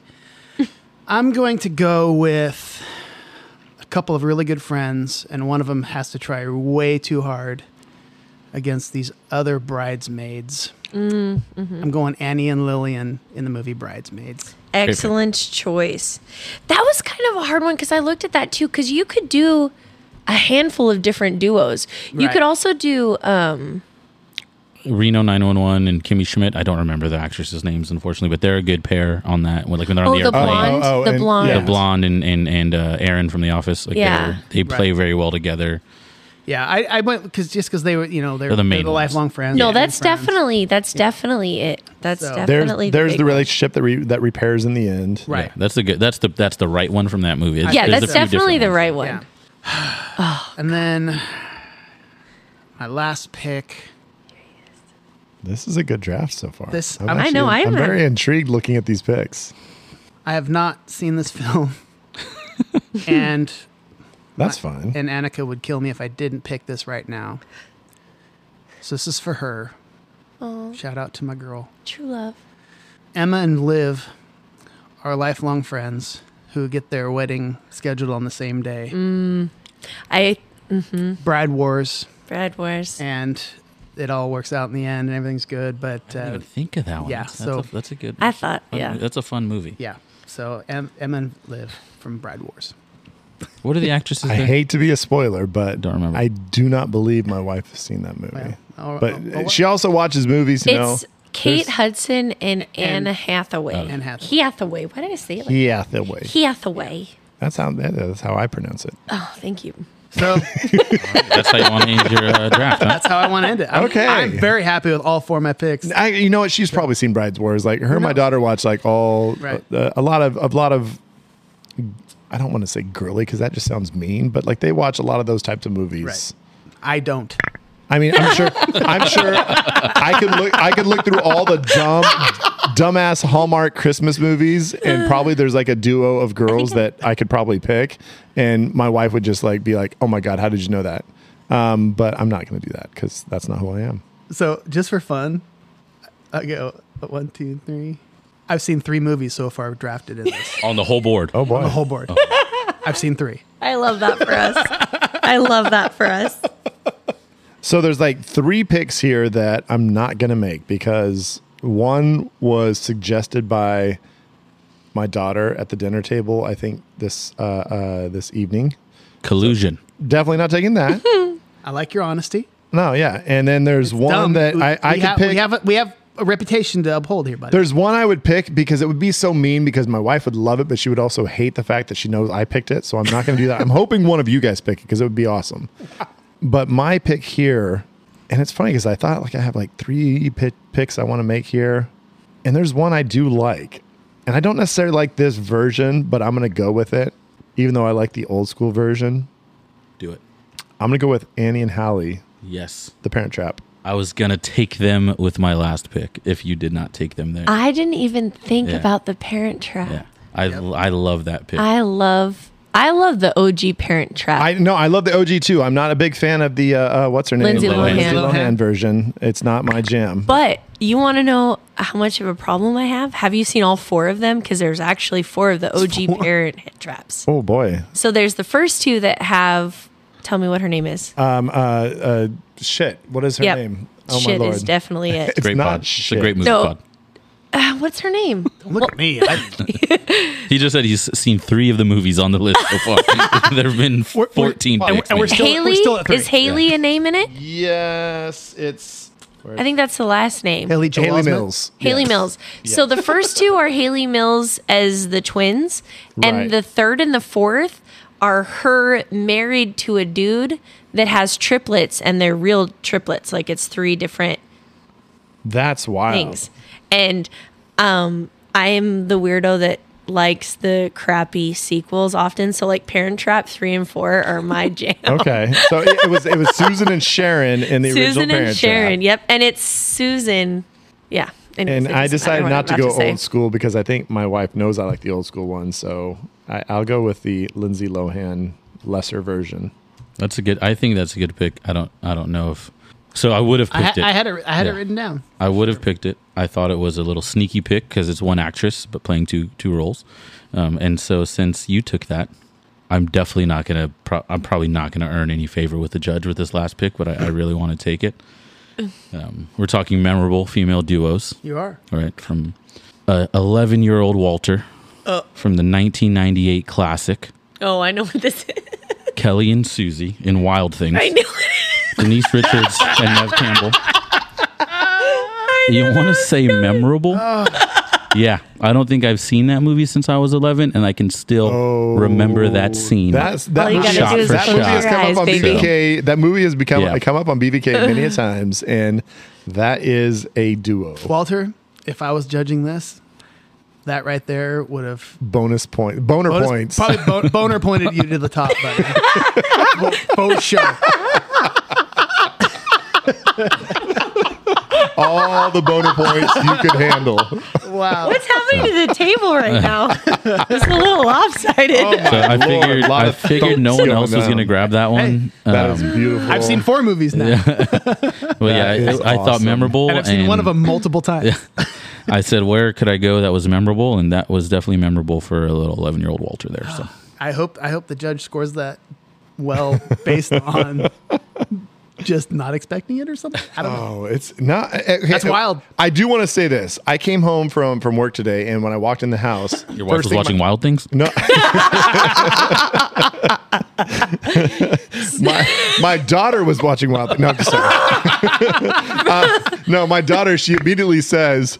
I'm going to go with a couple of really good friends, and one of them has to try way too hard against these other bridesmaids. Mm, mm-hmm. I'm going Annie and Lillian in the movie Bridesmaids. Excellent choice. That was kind of a hard one because I looked at that too. Because you could do a handful of different duos. You Right. could also do um, Reno 911 and Kimmy Schmidt. I don't remember the actresses' names unfortunately, but they're a good pair on that. When like when they're on oh the the, airplane, blonde, Oh, oh, the and- blonde. yeah. the blonde and and and uh, Aaron from The Office. Like Yeah. they're- they play Right. very well together. Yeah, I, I went because just because they were you know they're, They're the they're the, main ones. lifelong friends. No, they're that's friends. definitely that's definitely it. That's So- There's- there's definitely there's big the one. relationship that re, that repairs in the end. right. Yeah, that's the good. That's the that's the right one from that movie. It's- Yeah, there's that's a few definitely different the ones. right one. Yeah. and then my last pick. This is a good draft so far. This- I'm I know, actually- I'm I'm a- very intrigued looking at these picks. I have not seen this film, and That's fine. and Annika would kill me if I didn't pick this right now. So this is for her. Shout out to my girl. True love. Emma and Liv are lifelong friends who get their wedding scheduled on the same day. I Bride wars, Brad Wars. and it all works out in the end, and everything's good. But I didn't uh, even think of that one. yeah, that's, so- a, that's a good. I thought, fun- yeah. that's a fun movie. yeah, so em- Emma and Liv from Bride Wars. What are the actresses? I there? hate to be a spoiler, but Don't remember. I do not believe my wife has seen that movie. Well, I'll- but I'll- I'll- she also watches movies. You know, It's Kate There's- Hudson and Anna Hathaway. Anne Hathaway. Hathaway. Why did I say it like yeah, the way Hathaway? that's how that- that's how I pronounce it. Oh, thank you. So That's how you want to end your uh, draft. Huh? that's how I want to end it. I'm, Okay. I'm very happy with all four of my picks. I, you know what? She's probably seen Brides Wars. Like her and my knows? daughter watch like all Right. uh, a lot of a lot of. I don't want to say girly because that just sounds mean, but like they watch a lot of those types of movies. Right. I don't. I mean, I'm sure. I'm sure. I could look. I could look through all the dumb, dumbass Hallmark Christmas movies, and probably there's like a duo of girls that I could probably pick, and my wife would just like be like, "Oh my god, how did you know that?" Um, but I'm not going to do that because that's not who I am. So just for fun, I go one, two, three. I've seen three movies so far drafted in this. On the whole board. Oh boy, the whole board. I've seen three. I love that for us. I love that for us. So there's like three picks here that I'm not gonna make because one was suggested by my daughter at the dinner table. I think this uh, uh, this evening. Collusion. Definitely not taking that. I like your honesty. no, yeah. And then there's one Dumb. that We- I, I we could ha- pick. We have, a, we have a reputation to uphold here, buddy. there's one I would pick because it would be so mean because my wife would love it, but she would also hate the fact that she knows I picked it. So I'm not gonna do that. I'm hoping one of you guys pick it because it would be awesome. but my pick here, and it's funny because I thought like I have like three pi picks I want to make here, and there's one I do like, and I don't necessarily like this version, but I'm gonna go with it, even though I like the old school version. Do it. I'm gonna go with Annie and Hallie, Yes. The Parent Trap. I was gonna take them with my last pick if you did not take them there. I didn't even think Yeah. about the Parent Trap. yeah. I I love that pick. I love, I love the OG Parent Trap. I no, I love the OG too. I'm not a big fan of the uh, uh, what's her name, Lindsay Lohan. Lohan. version. It's not my jam. but you want to know how much of a problem I have? Have you seen all four of them? Because there's actually four of the OG Parent Traps. oh boy, So there's the first two that have. Tell me what her name is. um, uh, uh, shit. What is her Yep. name? Oh Shit my lord. is definitely it. It's great not pod. It's a shit. great movie No. pod. Uh, what's her name? Look at me. I, He just said he's seen three of the movies on the list so far. there have been We're- we're- 14 and we're- picks. and we're man. still- Haley? still at three. Is Haley a name in it? yes, it's I think that's the last name. Haley, Joel Haley Osment. Mills. Haley Mills. So the first two are Haley Mills as the twins, Right. and the third and the fourth are her married to a dude that has triplets, and they're real triplets. Like it's three different That's wild. things. And um, I am the weirdo that likes the crappy sequels often. So like Parent Trap three and four are my jam. Okay, so it, it was it was Susan and Sharon in the original Susan Parent and Sharon. Trap. Yep, and it's Susan. Yeah. Anyways, And it I doesn't matter decided what not to I'm go about say. old school because I think my wife knows I like the old school one, so I, I'll go with the Lindsay Lohan lesser version. That's a good. I think that's a good pick. I don't. I don't know if. So I would have I, picked ha- I it. had it. I had it Yeah. written down. I would have picked it. I thought it was a little sneaky pick because it's one actress but playing two two roles. Um, and so since you took that, I'm definitely not gonna. Pro- I'm probably not gonna earn any favor with the judge with this last pick, but I, I really want to take it. Um, we're talking memorable female duos. You are. All right, from eleven-year-old Walter from the 1998 classic Oh, I know what this is. Kelly and Susie in Wild Things. I knew it. Denise Richards and Nev Campbell. You want to say memorable? Oh. yeah, I don't think I've seen that movie since I was 11, and I can still remember that scene. Oh, That's that All you movie, gotta do is, is that close movie has your come eyes, up on baby. BBK. That movie has become Yeah. come up on BBK many a times, and that is a duo. Walter, if I was judging this, that right there would have Bonus point, boner bonus- points. Probably bo- boner pointed you to the top, buddy. well, for sure. all the boner points you could handle. Wow. What's happening to the table right now? It's a little lopsided. So I Lord, figured, a lot I of figured no thumps one going else was down. going to grab that one. That Um, is beautiful. I've seen four movies now, well, yeah, that I, is I thought awesome. memorable, and I've seen one of them multiple times. I said, where could I go that was memorable? And that was definitely memorable for a little 11 year old Walter there. So I hope I hope the judge scores that well based on just not expecting it or something. I don't know. Oh, it's not. eh, eh, That's eh, wild. I do want to say this. I came home from from work today, and when I walked in the house, your wife first was thing watching My, Wild Things? no. my, my daughter was watching Wild. Thing- No, I'm just sorry. Uh, no, my daughter. She immediately says,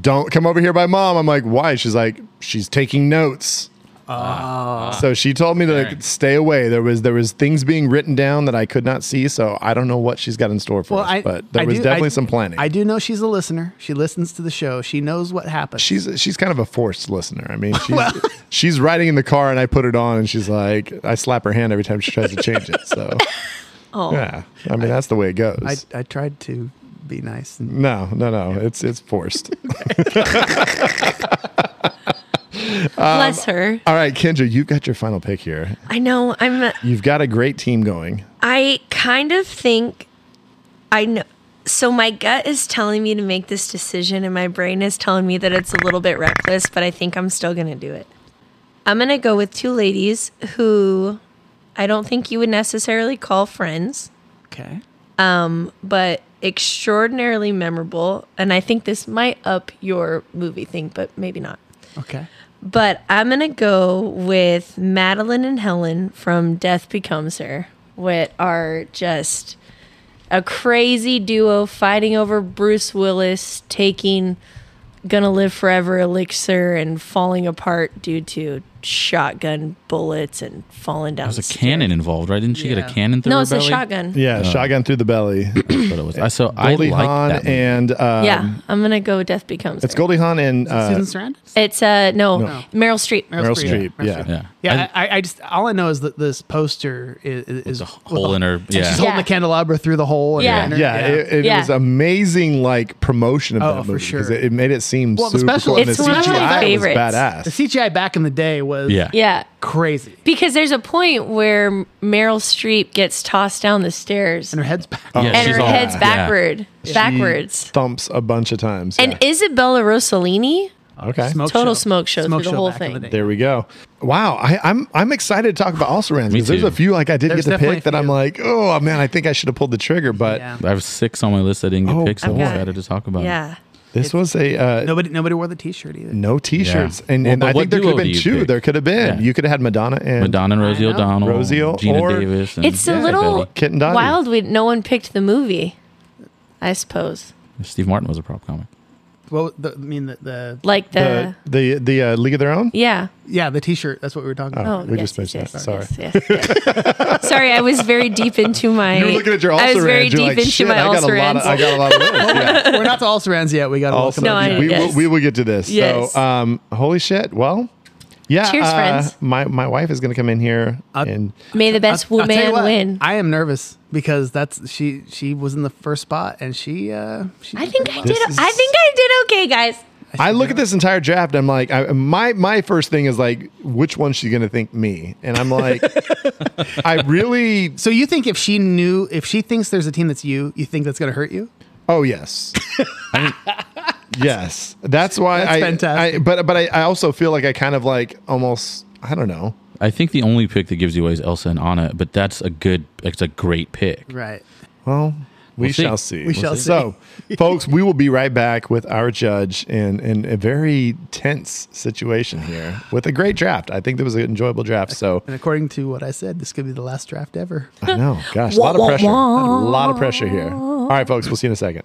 "Don't come over here by mom." I'm like, "Why?" She's like, "She's taking notes." Ah. So she told me to like, stay away. There was there was things being written down that I could not see, so I don't know what she's got in store for Well, us. I but there I was do- definitely I- some planning. I do know she's a listener. She listens to the show. She knows what happens. she's she's kind of a forced listener. I mean, she's she's riding in the car and I put it on and she's like, I slap her hand every time she tries to change it. So Oh. yeah, I mean that's the way it goes. I, I tried to be nice. And, no, no, no, it's it's forced. Bless her. All right, Kendra, you've got your final pick here. I know. I'm. You've got a great team going. I kind of think I know. So my gut is telling me to make this decision, and my brain is telling me that it's a little bit reckless, but I think I'm still going to do it. I'm going to go with two ladies who I don't think you would necessarily call friends, okay. but extraordinarily memorable. And I think this might up your movie thing, but maybe not. Okay. But I'm gonna go with Madeline and Helen from Death Becomes Her, what are just a crazy duo fighting over Bruce Willis taking gonna live forever elixir and falling apart due to shotgun bullets and falling down. There's a cannon involved, right? Didn't she get Yeah. a cannon through No, her it's belly? a shotgun. Yeah, shotgun through the belly. That's what it was. I so I Uh, Goldie like Hawn that. movie. and um, yeah, I'm gonna go. Death becomes. it's Her. Goldie Hawn and uh, Susan Sarandon. It's uh no, Meryl Streep. Meryl Streep. Meryl Yeah. Streep. yeah, Yeah, I, I, I just all I know is that this poster is, is the with hole in her- and yeah. she's holding the Yeah. candelabra through the hole. And Yeah. and her- Yeah, it, it Yeah. was amazing like promotion of Oh, that for movie sure. it, it made it seem Well, the super special cool. and It's the one of my CGI was favorites. badass. the CGI back in the day was Yeah. Yeah. crazy, Because there's a point where Meryl Streep gets tossed down the stairs and her head's Oh, back. Yeah, and she's her all- head's yeah. backward, backwards. thumps a bunch of times. And yeah. Isabella Rossellini, okay, Smoke Total smoke show through the whole back in thing. day. there we go. Wow, I, I'm I'm excited to talk about also rans Me because there's too. a few like I did There's get to definitely pick that a I'm few. like, oh man, I think I should have pulled the trigger, but Yeah. I have six on my list I didn't get Oh, picked, so I'm boy. excited to talk about. yeah. this was a uh, no, Nobody nobody wore the T-shirt either. t-shirts, Yeah. and, Well, and but I what think there could have duo do been you two. pick? There could have been. Yeah. You could have had Madonna it. and Madonna and Rosie I know. O'Donnell, Rosie O- Gina or- Davis. and It's a Isabella. little Kit and Dottie. wild we no one picked the movie, I suppose. Steve Martin was a prop comic. Well, the, I mean the, the Like the, the the the uh, League of Their Own. yeah. yeah the T-shirt. That's what we were talking about. Oh, we yes, just yes, missed yes, that. yes, yes, yes. Sorry, I was very deep into my. You were looking at your I was also very rans. You're deep like, into shit, my I got a lot. Of, I ulcerans. got a lot of this. Yeah. we're not to all Sarans yet. We got to also welcome. No, I- we, yes. will, we will get to this Yes. so um holy shit well yeah Cheers, uh, friends. my my wife is gonna come in here and May the best I'll tell you woman what, win. I, I am nervous because that's she. She was in the first spot, and she. uh she think I did. is- I think I did okay, guys. i look at this entire draft i'm like I, my my first thing is like which one's she gonna think me and i'm like i really So you think if she knew, if she thinks there's a team that's you, you think that's going to hurt you? oh yes yes that's why That's I, fantastic. I but but I, I also feel like i kind of like almost i don't know I think the only pick that gives you away is Elsa and Anna, but that's a good, it's a great pick. Right. Well, we We'll see. shall see. We shall see. So, folks, we will be right back with our judge in, in a very tense situation here with a great draft. I think that was an enjoyable draft. So, And according to what I said, this could be the last draft ever. I know, gosh, a lot of pressure. A lot of pressure here. All right, folks, we'll see you in a second.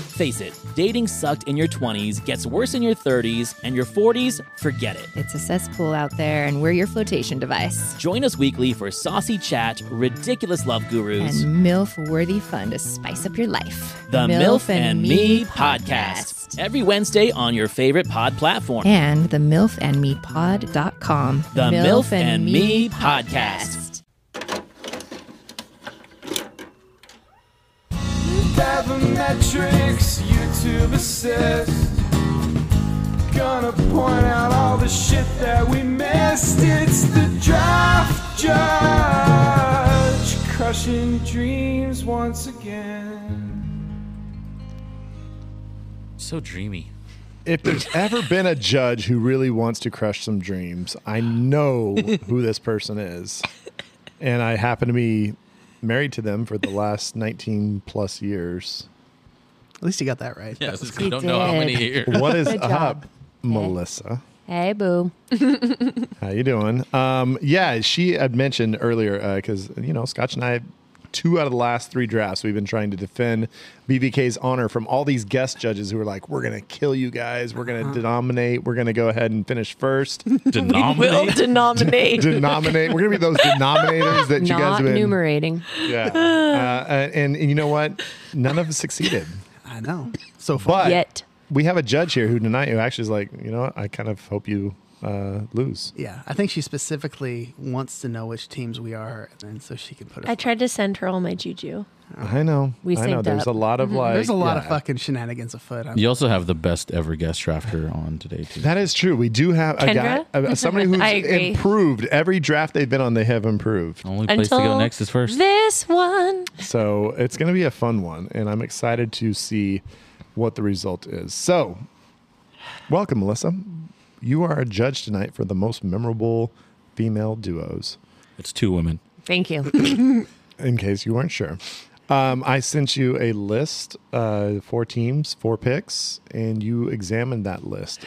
Face it, dating sucked in your 20s, gets worse in your 30s, and your 40s, forget it. It's a cesspool out there, and we're your flotation device. Join us weekly for saucy chat, ridiculous love gurus, And MILF worthy fun to spice up your life. the MILF and Me podcast. Every Wednesday on your favorite pod platform. And the MILF and Me pod.com. The MILF and Me podcast. Sabermetrics, YouTube assist. Gonna point out all the shit that we missed. It's the draft judge, crushing dreams once again. So dreamy. If there's ever been a judge who really wants to crush some dreams, I know who this person is. And I happen to be married to them for the last 19 plus years. At least you got that right. Yes, I You don't know how many did. years. What is Good up, job. Melissa? Hey, boo. How you doing? Um, yeah, she had mentioned earlier because you know Scotch and I, two out of the last three drafts, we've been trying to defend BBK's honor from all these guest judges who are like, "We're gonna kill you guys. We're Uh-huh. gonna denominate. We're gonna go ahead and finish first. Will Denominate. denominate. denominate. We're gonna be those denominators that you guys Not have been. enumerating. Yeah. Uh, and, and you know what? None of us succeeded. I know. So far. But Yet. we have a judge here who tonight who actually is like, you know what? I kind of hope you uh, lose. Yeah, I think she specifically wants to know which teams we are, and so she can put. Her I tried to send her all my juju. I know. Oh. We I know. synced There's up. Mm-hmm. a lot of like. There's a lot of yeah. fucking shenanigans afoot. I'm, You also have the best ever guest drafter on today too. That is true. We do have a guy, Kendra? uh, somebody who's I agree. improved. Every draft they've been on, they have improved. Only place to go next is first. This one. So it's going to be a fun one, and I'm excited to see what the result is. So, welcome, Melissa. You are a judge tonight for the most memorable female duos. It's two women. Thank you. In case you weren't sure, um, I sent you a list, uh, four teams, four picks, and you examined that list.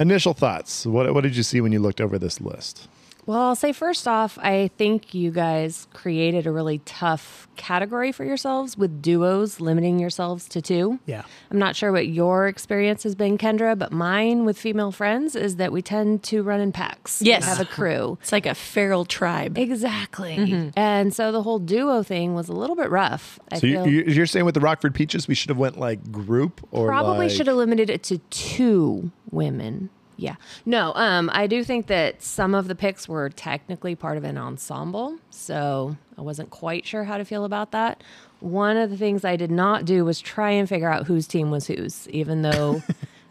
Initial thoughts. What, what did you see when you looked over this list? Well, I'll say first off, I think you guys created a really tough category for yourselves with duos, limiting yourselves to two. yeah, I'm not sure what your experience has been, Kendra, but mine with female friends is that we tend to run in packs. We Yes. have a crew. It's like a feral tribe. Exactly. And so the whole duo thing was a little bit rough. I so you, feel- you- you're saying with the Rockford Peaches, we should have went like group or probably like- should have limited it to two women. Yeah. No, um, I do think that some of the picks were technically part of an ensemble. So I wasn't quite sure how to feel about that. One of the things I did not do was try and figure out whose team was whose, even though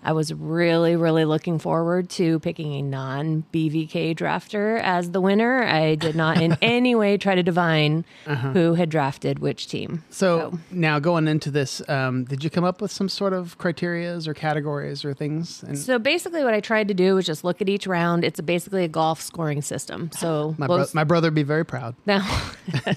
I was really, really looking forward to picking a non BVK drafter as the winner. I did not in any way try to divine Uh-huh. who had drafted which team. So now going into this, um, did you come up with some sort of criterias or categories or things? And So basically, what I tried to do was just look at each round. It's basically a golf scoring system. So my, bro- most- my brother would be very proud. no.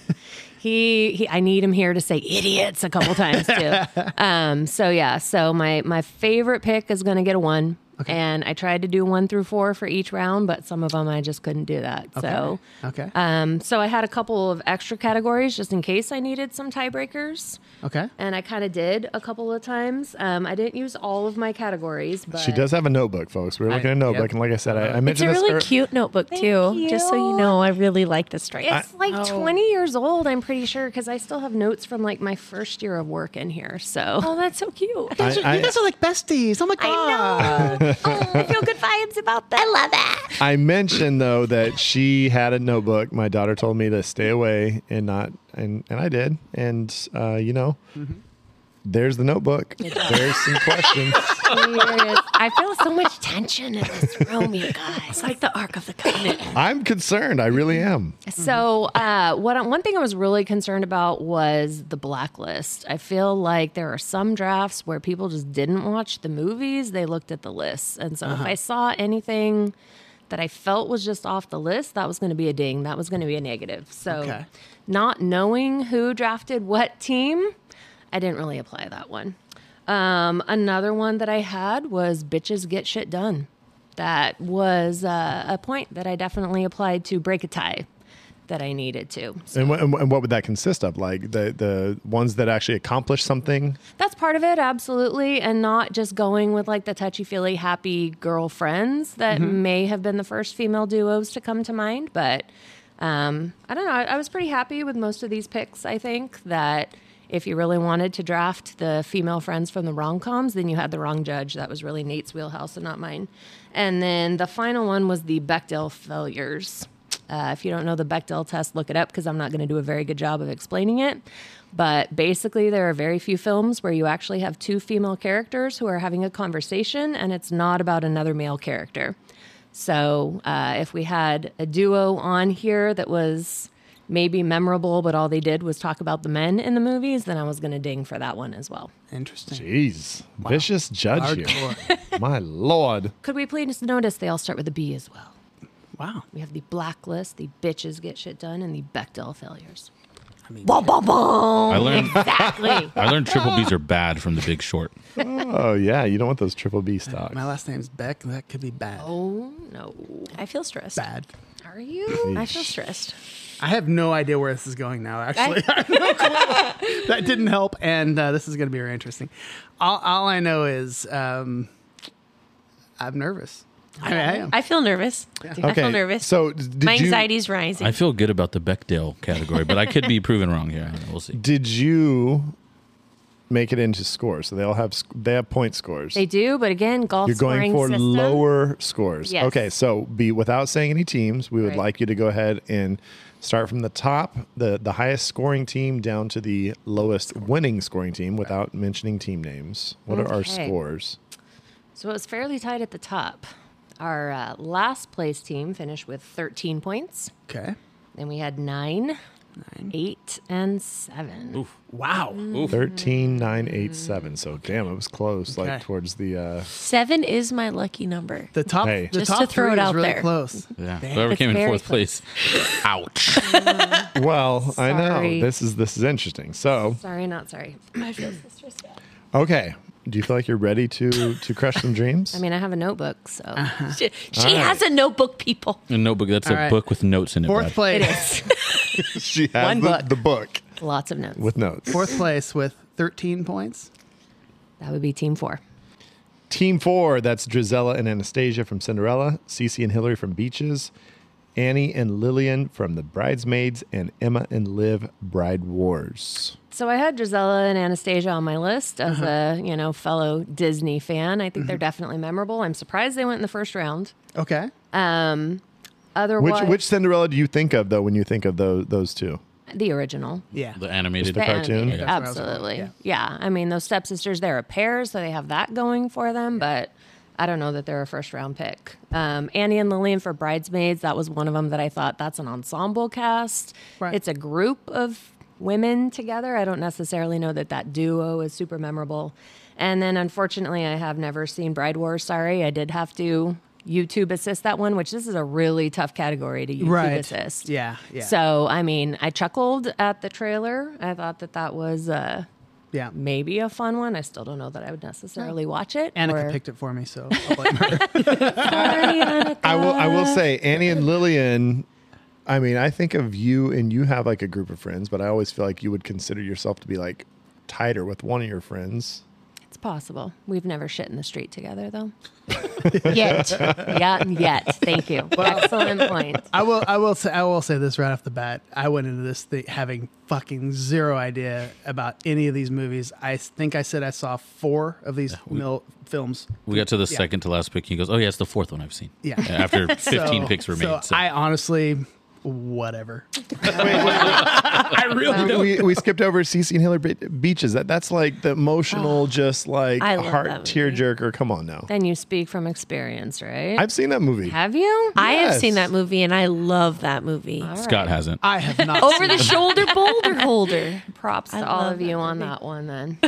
he, he, I need him here to say idiots a couple times too. um, so yeah, so my my favorite pick is going to get a one, and I tried to do one through four for each round, but some of them I just couldn't do that. So Okay. um, so I had a couple of extra categories just in case I needed some tiebreakers, okay. and I kind of did a couple of times. Um, I didn't use all of my categories, but She does have a notebook, folks. We were looking at a notebook, yep. and like I said, I, I It's a mentioned really this. ear- cute notebook too. Thank Just so you you. know, I really like this right It's like 20 years old, I'm pretty sure, because I still have notes from like my first year of work in here. So Oh, that's so cute. I- I- are like besties. Oh my I know. oh, I feel good vibes about that. I love that. I mentioned though that she had a notebook. My daughter told me to stay away and not, and and I did. And uh, you know, there's the notebook. There's some questions. I feel so much tension in this room, you guys. It's like the Ark of the Covenant. I'm concerned. I really am. So, uh, what I, one thing I was really concerned about was the blacklist. I feel like there are some drafts where people just didn't watch the movies; they looked at the lists. And so, if I saw anything that I felt was just off the list, that was going to be a ding. That was going to be a negative. So, Okay. not knowing who drafted what team, I didn't really apply that one. Um, another one that I had was bitches get shit done. That was uh, a point that I definitely applied to break a tie that I needed to. And, what- and, what- and what would that consist of? Like the the ones that actually accomplish something. That's part of it, absolutely, and not just going with like the touchy feely happy girlfriends that Mhm. may have been the first female duos to come to mind. But um, I don't know. I, I was pretty happy with most of these picks. I think that if you really wanted to draft the female friends from the rom coms, then you had the wrong judge. That was really Nate's wheelhouse and not mine. And then the final one was the Bechdel failures. Uh, if you don't know the Bechdel test, look it up because I'm not going to do a very good job of explaining it. But basically, there are very few films where you actually have two female characters who are having a conversation and it's not about another male character. So uh, if we had a duo on here that was maybe memorable, but all they did was talk about the men in the movies, then I was going to ding for that one as well. Interesting. Jeez, vicious judge here. My lord. Could we please notice they all start with a B as well? Wow. We have the blacklist, the bitches get shit done, and the Bechdel failures. I mean, bah, bah, bah. I learned exactly. I learned triple B's are bad from The Big Short. Oh yeah, you don't want those triple B stocks. My last name's Beck. That could be bad. Oh no, I feel stressed. Bad. Are you? I feel stressed. I have no idea where this is going now. Actually, that didn't help, and uh, this is going to be very interesting. All, all I know is um, I'm nervous. I, mean, I am. I feel nervous. I feel Okay, nervous. So did my you- anxiety's rising. I feel good about the Bechdel category, but I could be proven wrong here. I don't know. We'll see. Did you make it into scores? So they all have sc- they have point scores. They do, but again, golf You're going scoring for system. lower scores. Yes. Okay, so be without saying any teams, we would Right. like you to go ahead and start from the top, the the highest scoring team down to the lowest winning scoring team without mentioning team names. What are our Okay. scores? So it was fairly tight at the top. Our uh, last place team finished with 13 points. Okay. Then we had nine, eight, and seven. Wow. Thirteen nine eight Mm. seven. So damn, it was close. Like Okay. towards the uh, Seven is my lucky number. The top, Hey. the Just top to throw three it is out really there. close. Yeah. Damn. Whoever It's came in very fourth place. Ouch. well, Sorry. I know this is this is interesting. So Sorry, not sorry. I feel sisters. okay, do you feel like you're ready to to crush some dreams? I mean, I have a notebook, so She, she All has a notebook, people. A notebook. That's All a right. book with notes in it. Fourth Brad. place. she has One the, book. the book lots of notes. with notes. Fourth place with 13 points. That would be team four. Team four, that's Drizella and Anastasia from Cinderella, Cece and Hillary from Beaches, Annie and Lillian from The Bridesmaids, and Emma and Liv Bride Wars. So I had Drizella and Anastasia on my list as a you know fellow Disney fan. I think they're definitely memorable. I'm surprised they went in the first round. Okay. Um, Which otherwise, which Cinderella do you think of though when you think of those those two? the original. Yeah. The animated. The The cartoon? animated, Yeah. That's what I was going Absolutely. with, yeah. I mean, those stepsisters, they're a pair, so they have that going for them, but I don't know that they're a first round pick. Um, Annie and Lillian for Bridesmaids, that was one of them that I thought that's an ensemble cast. Right. It's a group of women together. I don't necessarily know that that duo is super memorable. And then unfortunately, I have never seen Bride Wars. Sorry, I did have to YouTube assist that one, which this is a really tough category to YouTube Right. assist. Yeah, yeah. So, I mean, I chuckled at the trailer. I thought that that was uh, Yeah. maybe a fun one. I still don't know that I would Oh. necessarily watch it. Annika or- picked it for me, so I'll blame her. Sorry, Annika. I will I Uh, will say Annie and Lillian. I mean, I think of you and you have like a group of friends, but I always feel like you would consider yourself to be like tighter with one of your friends. It's possible. We've never shit in the street together, though. Yet. yeah, yet. Thank you. Excellent point. I will. I will say. I will say this right off the bat. I went into this thing having fucking zero idea about any of these movies. I think I said I saw four of these mil- films. We got to the Yeah. second to last pick. He goes, "Oh yeah, it's the fourth one I've seen." Yeah. After So- fifteen picks were made. So, so- I honestly, whatever. I really don't. we, we skipped over Cece and Hillary Be- Beaches. That that's like the emotional, just like Oh, I love that heart movie. tear jerker. Come on now. Then you speak from experience, right? I've seen that movie. Have you? I have seen Yes. that movie and I love that movie. Scott hasn't. I have not Over seen the it. shoulder boulder holder. Props to I all love of you that on movie. that one, then.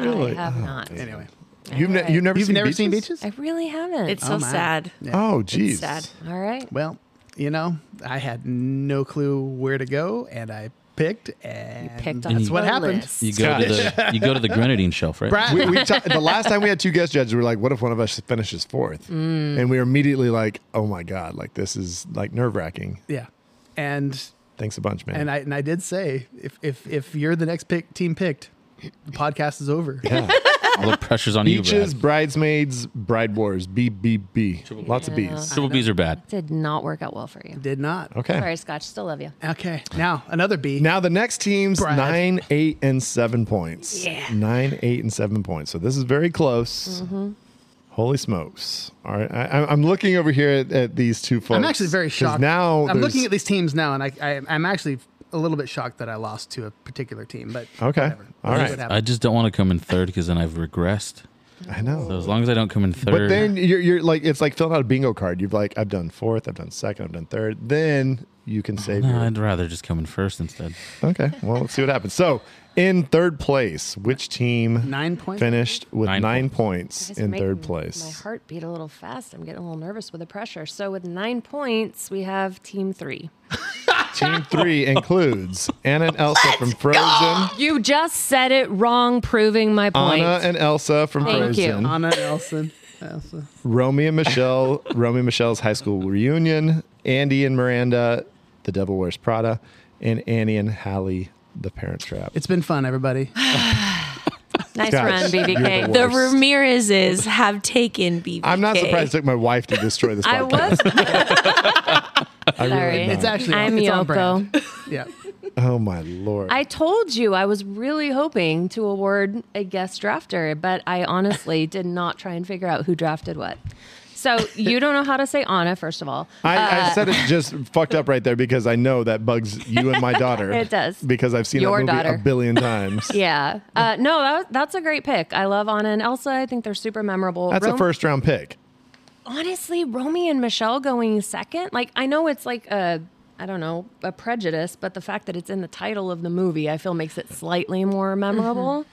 Really? I have not. Anyway, You've, ne- you've never you've seen never Beaches? seen Beaches? I really haven't. It's Oh, so my. sad. Oh, jeez. It's sad. all right. Well, you know, I had no clue where to go, and I picked, and picked that's off what the happened. list. You go to the you go to the grenadine shelf, right? Brad, We, we ta- the last time we had two guest judges, we were like, "What if one of us finishes Mm. fourth? And we were immediately like, "Oh my god! Like this is like nerve wracking." yeah, And Thanks a bunch, man. and I and I did say if if if you're the next pick team picked, the podcast is over. All the pressure's on you, Beaches, Brad. bridesmaids, bride wars, B B B. Lots of B's. Triple B's are bad. Did not work out well for you. Did not. Okay. Sorry, Scotch. Still love you. Okay. Now another B. Now the next team's Brad. nine, eight, and seven points. Yeah. Nine, eight, and seven points. So this is very close. Mm-hmm. Holy smokes! All right, I, I'm- I'm looking over here at, at these two folks. I'm actually very 'Cause shocked. Now I'm there's- looking at these teams now, and I, I I'm actually a little bit shocked that I lost to a particular team. But Okay. All That's right. what I happened. just don't want to come in third because then I've regressed. I know. So as long as I don't come in third, But then you're, you're like, it's like filling out a bingo card. You've like, I've done fourth, I've done second, I've done third. Then you can save No, your. I'd rather just come in first instead. Okay. Well, let's see what happens. So, in third place, which team Nine points. finished with nine, Nine points, It's in making third My place? heart beat a little fast. I'm getting a little nervous with the pressure. So with nine points, we have team three. Team three includes Anna and Elsa from Frozen, You just said it wrong, proving my point. Anna and Elsa from Thank you. Frozen, Anna Nelson. Elsa. Romeo and Michelle, Romeo and Michelle's high school reunion, Andy and Miranda, The Devil Wears Prada, and Annie and Hallie, The Parent Trap. It's been fun, everybody. nice Guys, run, you're BBK. The worst. Ramirezes have taken BBK. I'm not surprised it took my wife to destroy this podcast. I was I really Sorry. am not. It's actually I'm it's on Yoko. brand. Yeah. Oh my lord. I told you I was really hoping to award a guest drafter, but I honestly did not try and figure out who drafted what. So you don't know how to say Anna, first of all. I, I said it just fucked up right there because I know that bugs you and my daughter. It does. Because I've seen Your that movie a daughter. billion times. Yeah. Uh, no, that, was- that's a great pick. I love Anna and Elsa. I think they're super memorable. That's a Rom- first round pick. Honestly, Romy and Michelle going second. Like, I know it's like a, I don't know, a prejudice, but the fact that it's in the title of the movie, I feel makes it slightly Mm-hmm. more memorable.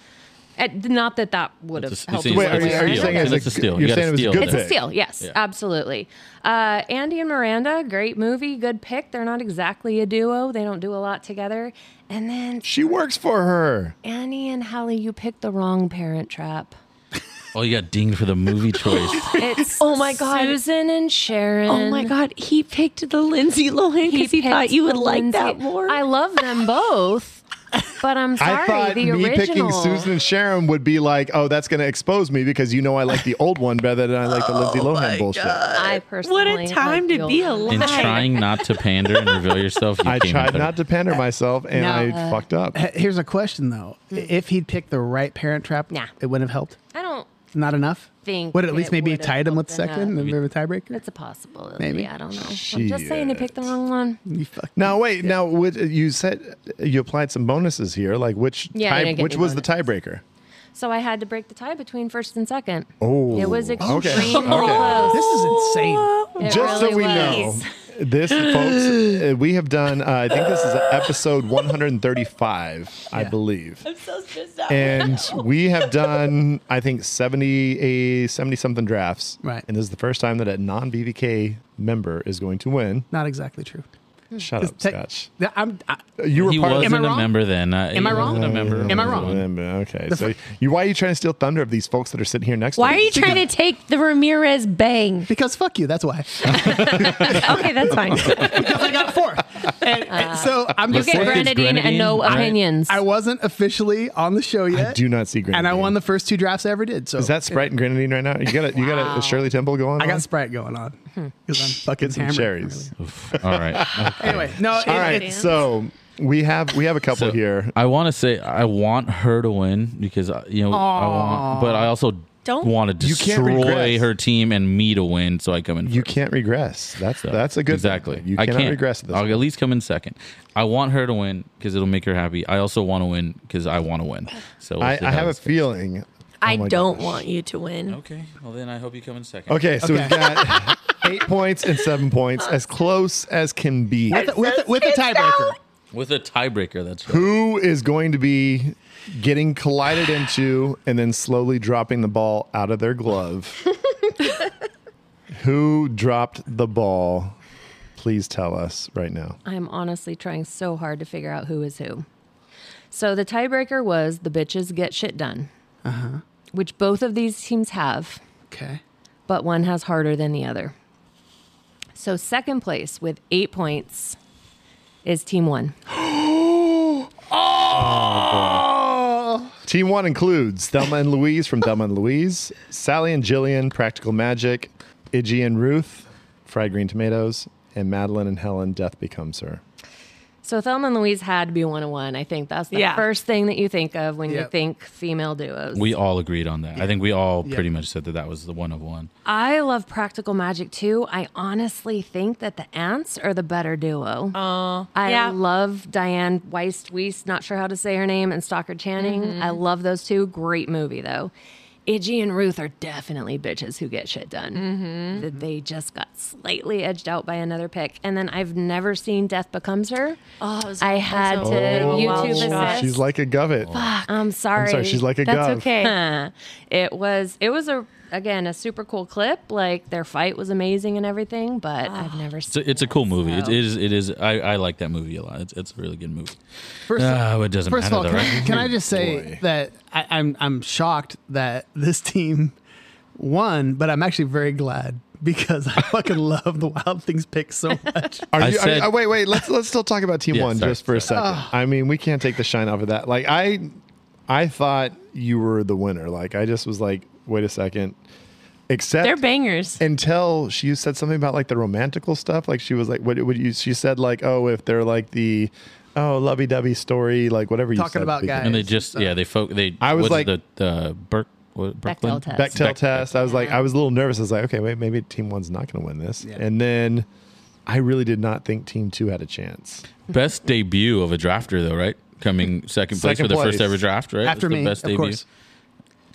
And not that that would have It's a- helped. it's a- either Wait, are it's you, way. a are you steal. saying And it's a, it's a steal. You're You gotta saying it was a steal good that. It's a pick. steal. Yes, Yeah. absolutely. Uh, Andy and Miranda, great movie, good pick. They're not exactly a duo. They don't do a lot together. And then She works for her. Annie and Hallie, you picked the wrong Parent Trap. Oh, you got dinged for the movie choice. It's Oh my God. Susan and Sharon. Oh my god, he picked the Lindsay Lohan because he, thought picked you would the like Lindsay- that more. I love them both, but I'm sorry. I thought the me picking original. Susan and Sharon would be like, oh, that's going to expose me because you know I like the old one better than I like the Lindsay Lohan bullshit. I Uh, what personally a time like to be Yolanda. alive. and trying not to pander and reveal yourself, you I came in tried third. not to pander myself and Now, I uh, fucked up. H- Here's a question though: If he'd picked the right Parent Trap, Hmm. Nah. it wouldn't have helped. I don't Not enough. think Would at it least maybe would've tied him with helped enough. second and maybe a tiebreaker. It's a possibility. Maybe. I don't know. I'm just saying he picked the wrong one. You fuck. Now wait, now would, you said you applied some bonuses here. Like which Yeah, I didn't tie, get which any was the bonuses. tiebreaker? So I had to break the tie between first and second. Oh, It was okay. extremely Okay. close. This is insane. It Just so really we was. know, this, folks, uh, we have done, uh, I think this is episode 135, I believe. I'm so stressed out. And we have done, I think, 70, a 70 something drafts. Right. And this is the first time that a non BVK member is going to win. Not exactly true. Shut 'Cause up, te- Scotch. Yeah, I'm, I, You were He part of wasn't a wrong? member then. Uh, Am I he wrong? wasn't a member. Am I wrong? Remember, Okay. So you, why are you trying to steal thunder of these folks that are sitting here next Why to are you trying to take the Ramirez bang? because fuck you. That's why. okay, that's fine. because I got four. And, and so Uh, I'm You just get Before saying, it's grenadine and no grenadine, right? opinions. I wasn't officially on the show yet. do not see And I grenadine. won the first two drafts I ever did. So Is that Sprite and Grenadine right now? You got a, you got a Shirley Temple going on? I got Sprite going on Hmm. because I'm fucking Get some hammered, cherries. really. All right. Okay. Anyway, no, it, All right, it's so we have we have a couple here. I want to say I want her to win because uh, you know I want, but I also Don't- want to You can't regress. destroy her team and me to win, so I come in. You first. can't regress. That's So, that's a good exactly. thing. You I cannot can't regress at this. I'll point. at least come in second. I want her to win because it'll make her happy. I also want to win because I want to win. So we'll I, see I how have a this goes. feeling. I Oh my don't gosh. want you to win. Okay, well then I hope you come in second. Okay, so Okay. we've got eight points and seven points, as close as can be. with, with, with a tiebreaker. with a tiebreaker. That's right. Who is going to be getting collided into and then slowly dropping the ball out of their glove? Who dropped the ball? Please tell us right now. I'm honestly trying so hard to figure out who is who. So the tiebreaker was the bitches get shit done, which both of these teams have, Okay. but one has harder than the other. So second place with eight points is Team One. Team one includes Thelma and Louise from Thelma and Louise, Sally and Jillian, Practical Magic, Iggy and Ruth, Fried Green Tomatoes, and Madeline and Helen, Death Becomes Her. So Thelma and Louise had to be one on one. I think that's the Yeah. first thing that you think of when you Yep. think female duos. We all agreed on that. I think we all Yeah. pretty much said that that was the one of one. I love Practical Magic too. I honestly think that the ants are the better duo. Oh, I yeah. love Diane Weist, Weist, not sure how to say her name, and Stalker Channing. I love those two. Great movie though. Iggy and Ruth are definitely bitches who get shit done. That They just got slightly edged out by another pick. And then I've never seen Death Becomes Her. Oh, it was- I that's had a to wild YouTube shot. assist. Oh, She's like a govit. Fuck. I'm sorry. she's like a That's gov. okay. Huh. It was it was a again a super cool clip. Like their fight was amazing and everything, but I've never It's a, seen. it's a cool movie. It So- is. It is. I, I like that movie a lot. It's, it's a really good movie. First- Ah, it doesn't First of matter. all, though, can, I, right? can I just say that I, I'm I'm shocked that this team won, but I'm actually very glad because I fucking love the Wild Things pick so much. Are you, are you- oh, wait, wait. Let's let's still talk about Team Yeah, One sorry, just for sorry. Ah. a second. I mean, we can't take the shine off of that. Like I, I thought you were the winner. Like I just was like, wait a second. Except They're bangers. Until she said something about like the romantical stuff. Like she was like, what would you? She said like, oh, if they're like the, oh, lovey dovey story, like whatever you Talking said at about the beginning. and they just yeah they folk they. I was what's like- the the Burke. What, Brooklyn? Bechtel Bech- test. I was like, I was a little nervous. I was like, okay, wait, maybe Team One's not going to win this. And then I really did not think Team Two had a chance. Best debut of a drafter though, right? Coming second place Second for the place. first ever draft, right? After That's me, the best of debut. course.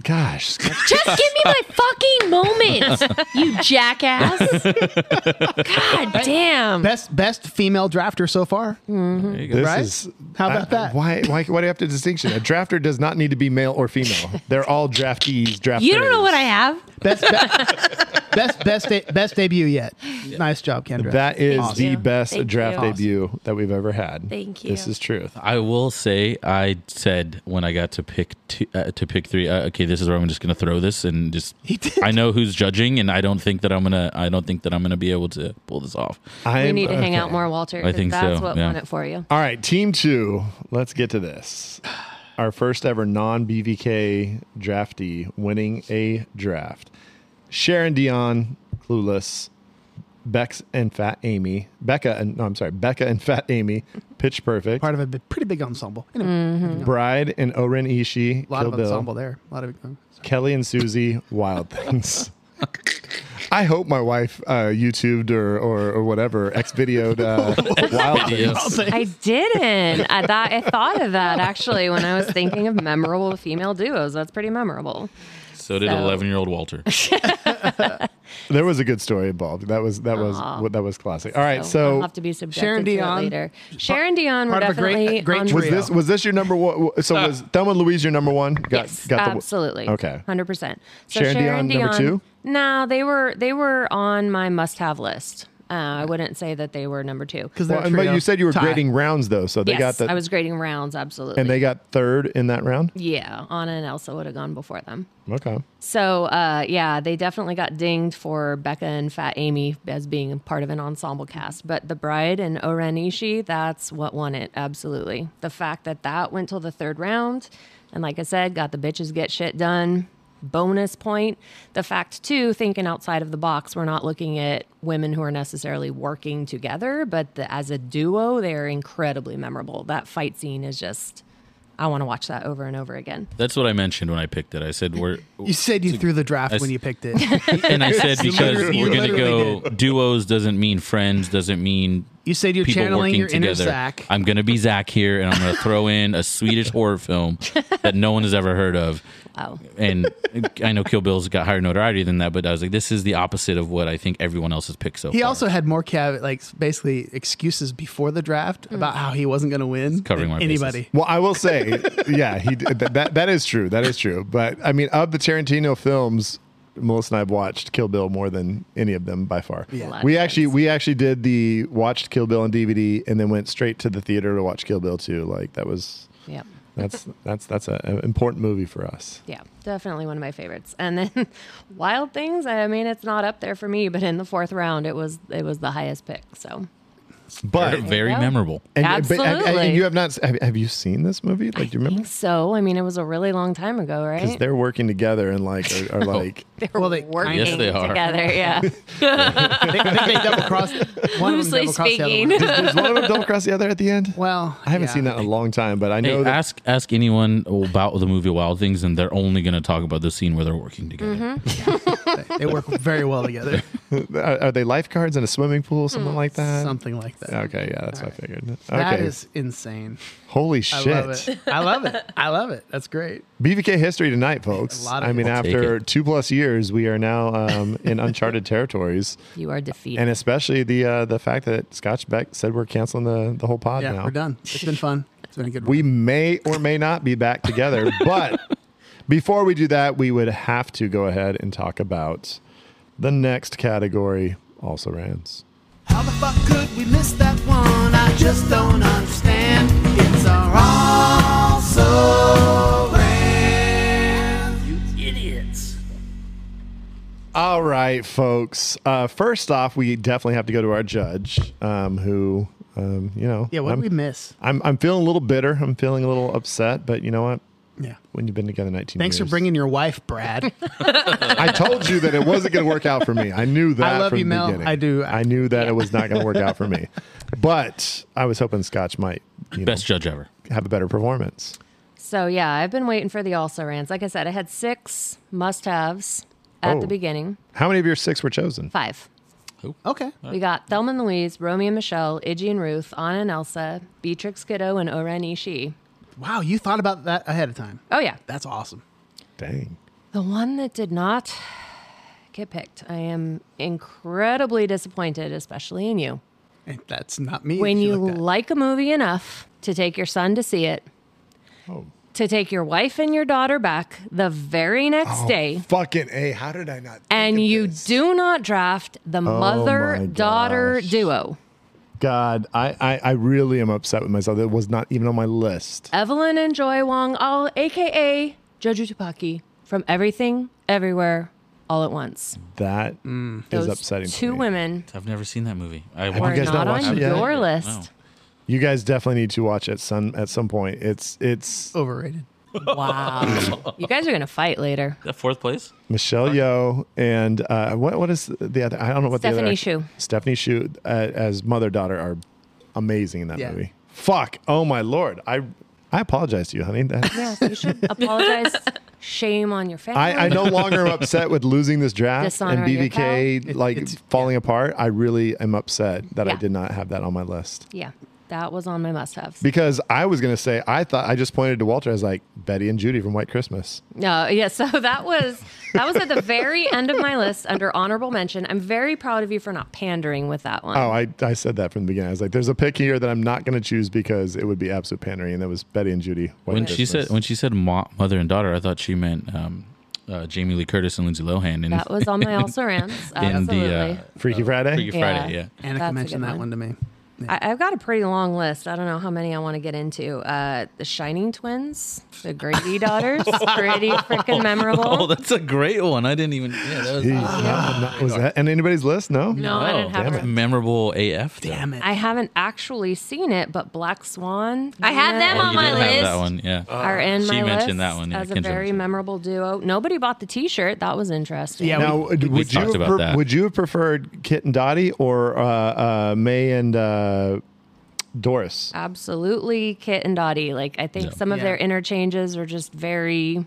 Gosh, Just give me my fucking moment, you jackass. God damn. Best best female drafter so far. you This Right? is How about I- that? Why, why? Why do you have to distinction? A drafter does not need to be male or female. They're all draftees. Drafters. You don't know what I have. Best best best de- best debut yet. Nice job, Kendra. That is Awesome. the best Thank draft you. debut that we've ever had. Thank This you. is truth. I will say I said when I got to pick two, uh, to pick three. Uh, okay, this is where I'm just going to throw this and just. I know who's judging, and I don't think that I'm gonna. I don't think that I'm gonna be able to pull this off. we need to hang out more, Walter. I 'cause think that's so, what yeah. won it for you. All right, team two. Let's get to this. Our first ever non BVK draftee winning a draft. Sharon Dion, clueless. Bex and Fat Amy. Becca and no, I'm sorry, Becca and Fat Amy. Pitch Perfect. Part of a b- pretty big ensemble. Anyway, Bride and Oren Ishii. A lot Kill of Bill. ensemble there. A lot of Kelly and Susie, Wild Things. I hope my wife uh, YouTubed or, or, or whatever, X videoed uh, Wild Things. I didn't. I thought I thought of that actually when I was thinking of memorable female duos. That's pretty memorable. So did So- 11 year old Walter. There was a good story involved. That was that was Aw. what that was classic. All right, I'll so have to be subjected Sharon to Dion. it later. Sharon Dion, we're part of a great- definitely a great on was this was this your number one? So was Thelma and Louise your number one? Got, yes, got the- absolutely. Okay. hundred percent. Sharon Dion, number two? No, they were they were on my must-have list. Uh, I wouldn't say that they were number two. Because Well, but you said you were grading rounds though, so they yes, got the I was grading rounds absolutely. and they got third in that round. yeah, Anna and Elsa would have gone before them. Okay. So uh, yeah, they definitely got dinged for Becca and Fat Amy as being part of an ensemble cast. But The Bride and Oren Ishii, that's what won it absolutely. The fact that that went till the third round, and like I said, got the bitches get shit done. Bonus point. The fact too, thinking outside of the box, we're not looking at women who are necessarily working together, but the, as a duo, they are incredibly memorable. That fight scene is just. I want to watch that over and over again. That's what I mentioned when I picked it. I said we're You said you threw the draft I s- when you picked it. and I said You because literally- we're you gonna literally go duos doesn't mean friends doesn't mean You said you're people channeling working your inner together. Zach. I'm gonna be Zach here, and I'm gonna throw in a Swedish horror film that no one has ever heard of. Wow. And I know Kill Bill's got higher notoriety than that, but I was like, this is the opposite of what I think everyone else has picked so He far. also had more cab- like basically excuses before the draft about how he wasn't going to win covering than my bases. anybody. Well, I will say, yeah, he th- that that is true. That is true. But I mean, of the Tarantino films, Melissa and I've watched Kill Bill more than any of them by far. Lot We actually we actually did the watched Kill Bill on DVD and then went straight to the theater to watch Kill Bill too. Like that was Yep. that's that's that's a, an important movie for us. Yeah, definitely one of my favorites. And then Wild Things, I mean it's not up there for me, but in the fourth round it was it was the highest pick. So But Very memorable. And, but- and- and Absolutely. you have not. s- Have, have you seen this movie? Like, do you remember? So, I mean, it was a really long time ago, Because right? they're working together and like are, are like They're well, they working Yes, they are. together. Yeah. they, I think they double crossed. One of them Loosely double crossed the other speaking. one. Does one of them double cross the other at the end? Well, I haven't yeah. seen that in a long time, but I know Hey, that ask ask anyone about the movie Wild Things, and they're only going to talk about the scene where they're working together. They work very well together. are, are they lifeguards in a swimming pool, something like that? Hmm. Something like that. Okay, yeah, that's what I figured. Okay, That is insane. holy I shit! love it. I love it. I love it. That's great. BVK history tonight, folks. A lot of I mean, it. I'll take after two plus years, we are now um, in uncharted territories, You are defeated. and especially the uh, the fact that Scotch Beck said we're canceling the the whole pod Yeah, now. we're done. It's been fun. It's been a good We may or may not be back together, but before we do that, we would have to go ahead and talk about the next category, also rants. How the fuck could we miss that one? I just don't understand. It's our also ran. You idiots. All right, folks. Uh, first off, we definitely have to go to our judge, um, who, um, you know, Yeah, what I'm, did we miss? I'm I'm feeling a little bitter. I'm feeling a little upset, but you know what? Yeah. When you've been together 19 Thanks for years. bringing your wife, Brad. I told you that it wasn't going to work out for me. I knew that. love from you, the Mel. beginning. I do. I knew that it was not going to work out for me, but I was hoping Scotch might you know, Best judge ever. have a better performance. So yeah, I've been waiting for the also rans. Like I said, I had six must-haves at Oh. the beginning. How many of your six were chosen? Five. okay. We got Thelma and Louise, Romeo and Michelle, Iggy and Ruth, Anna and Elsa, Beatrix Kiddo, and Oren Ishii. Wow, you thought about that ahead of time. Oh yeah, That's awesome. Dang. the one that did not get picked. I am incredibly disappointed, especially in you. And That's not me. when if you looked at it. like a movie enough to take your son to see it, to take your wife and your daughter back the very next day, Fucking a! How did I not? and you do not draft the my mother daughter gosh. duo. God, I, I I really am upset with myself. It was not even on my list. Evelyn and Joy Wong, all aka Jojo Tupaki, from Everything, Everywhere, All at Once. That is Mm. Those upsetting. to two me. women I've never seen that movie. I you were guys not not watched on it yet? your No. list. You guys definitely need to watch at some at some point. It's it's overrated. Wow. you guys are going to fight later. That fourth place. Michelle Yeoh and uh, what what is the other? I don't know what the other. Stephanie Shu. Stephanie Shu uh, as mother daughter are amazing in that Yeah. movie. Fuck! Oh my lord! I I apologize to you, honey. That- Yes, you should apologize. Shame on your family. I, I no longer am upset with losing this draft Dishonor on and your BBK like It- it's- falling apart. I really am upset that I Yeah. did not have that on my list Yeah, that was on my must haves. because I was gonna say I thought I just pointed to Walter as like Betty and Judy from White Christmas. No, yeah, so that was that was at the very end of my list under honorable mention. I'm very proud of you for not pandering with that one. Oh, I, I said that from the beginning. I was like, there's a pick here that I'm not going to choose because it would be absolute pandering. And that was Betty and Judy. White when she Christmas. said when she said mo- mother and daughter, I thought she meant um, uh, Jamie Lee Curtis and Lindsay Lohan. In, That was on my also rants. in Absolutely. the uh, Freaky Friday. Freaky Friday. Yeah. Annika That's a mentioned good that one. one. to me. I, I've got a pretty long list. I don't know how many I want to get into. Uh, the Shining Twins, the Grady daughters, pretty freaking memorable. Oh, that's a great one. I didn't even. Yeah, that was Jeez. Not- was that in anybody's list? No. no, I didn't have Damn her. it. memorable AF. though. Damn it. I haven't actually seen it, but Black Swan. I had them Oh, on you my did have list. that one. Yeah. Uh, are in she my mentioned list that one. Yeah, as a Kendra very mentioned memorable duo. Nobody bought the T-shirt. That was interesting. Yeah, Now, would, would you talked have about that. would you have preferred Kit and Dottie or uh, uh, May and uh, Doris? absolutely. Kit and Dottie. Like I think Yeah. some of Yeah. their interchanges are just very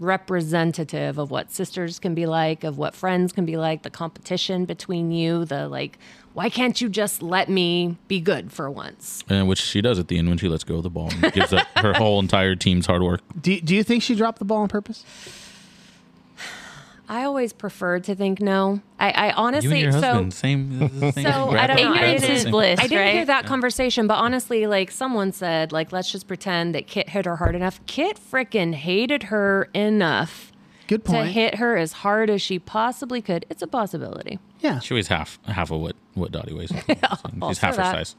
representative of what sisters can be like, of what friends can be like, the competition between you, the like, why can't you just let me be good for once? And which she does at the end when she lets go of the ball and gives up her whole entire team's hard work. Do, do you think she dropped the ball on purpose? I always preferred to think no. I, I you and honestly your so husband, same. So I don't know. I Ignorance didn't- is bliss, I didn't hear right? that conversation, but honestly, like someone said, like let's just pretend that Kit hit her hard enough. Kit freaking hated her enough Good to point. hit her as hard as she possibly could. It's a possibility. Yeah. She weighs half half of what what Dottie weighs. She's Also half her that. size.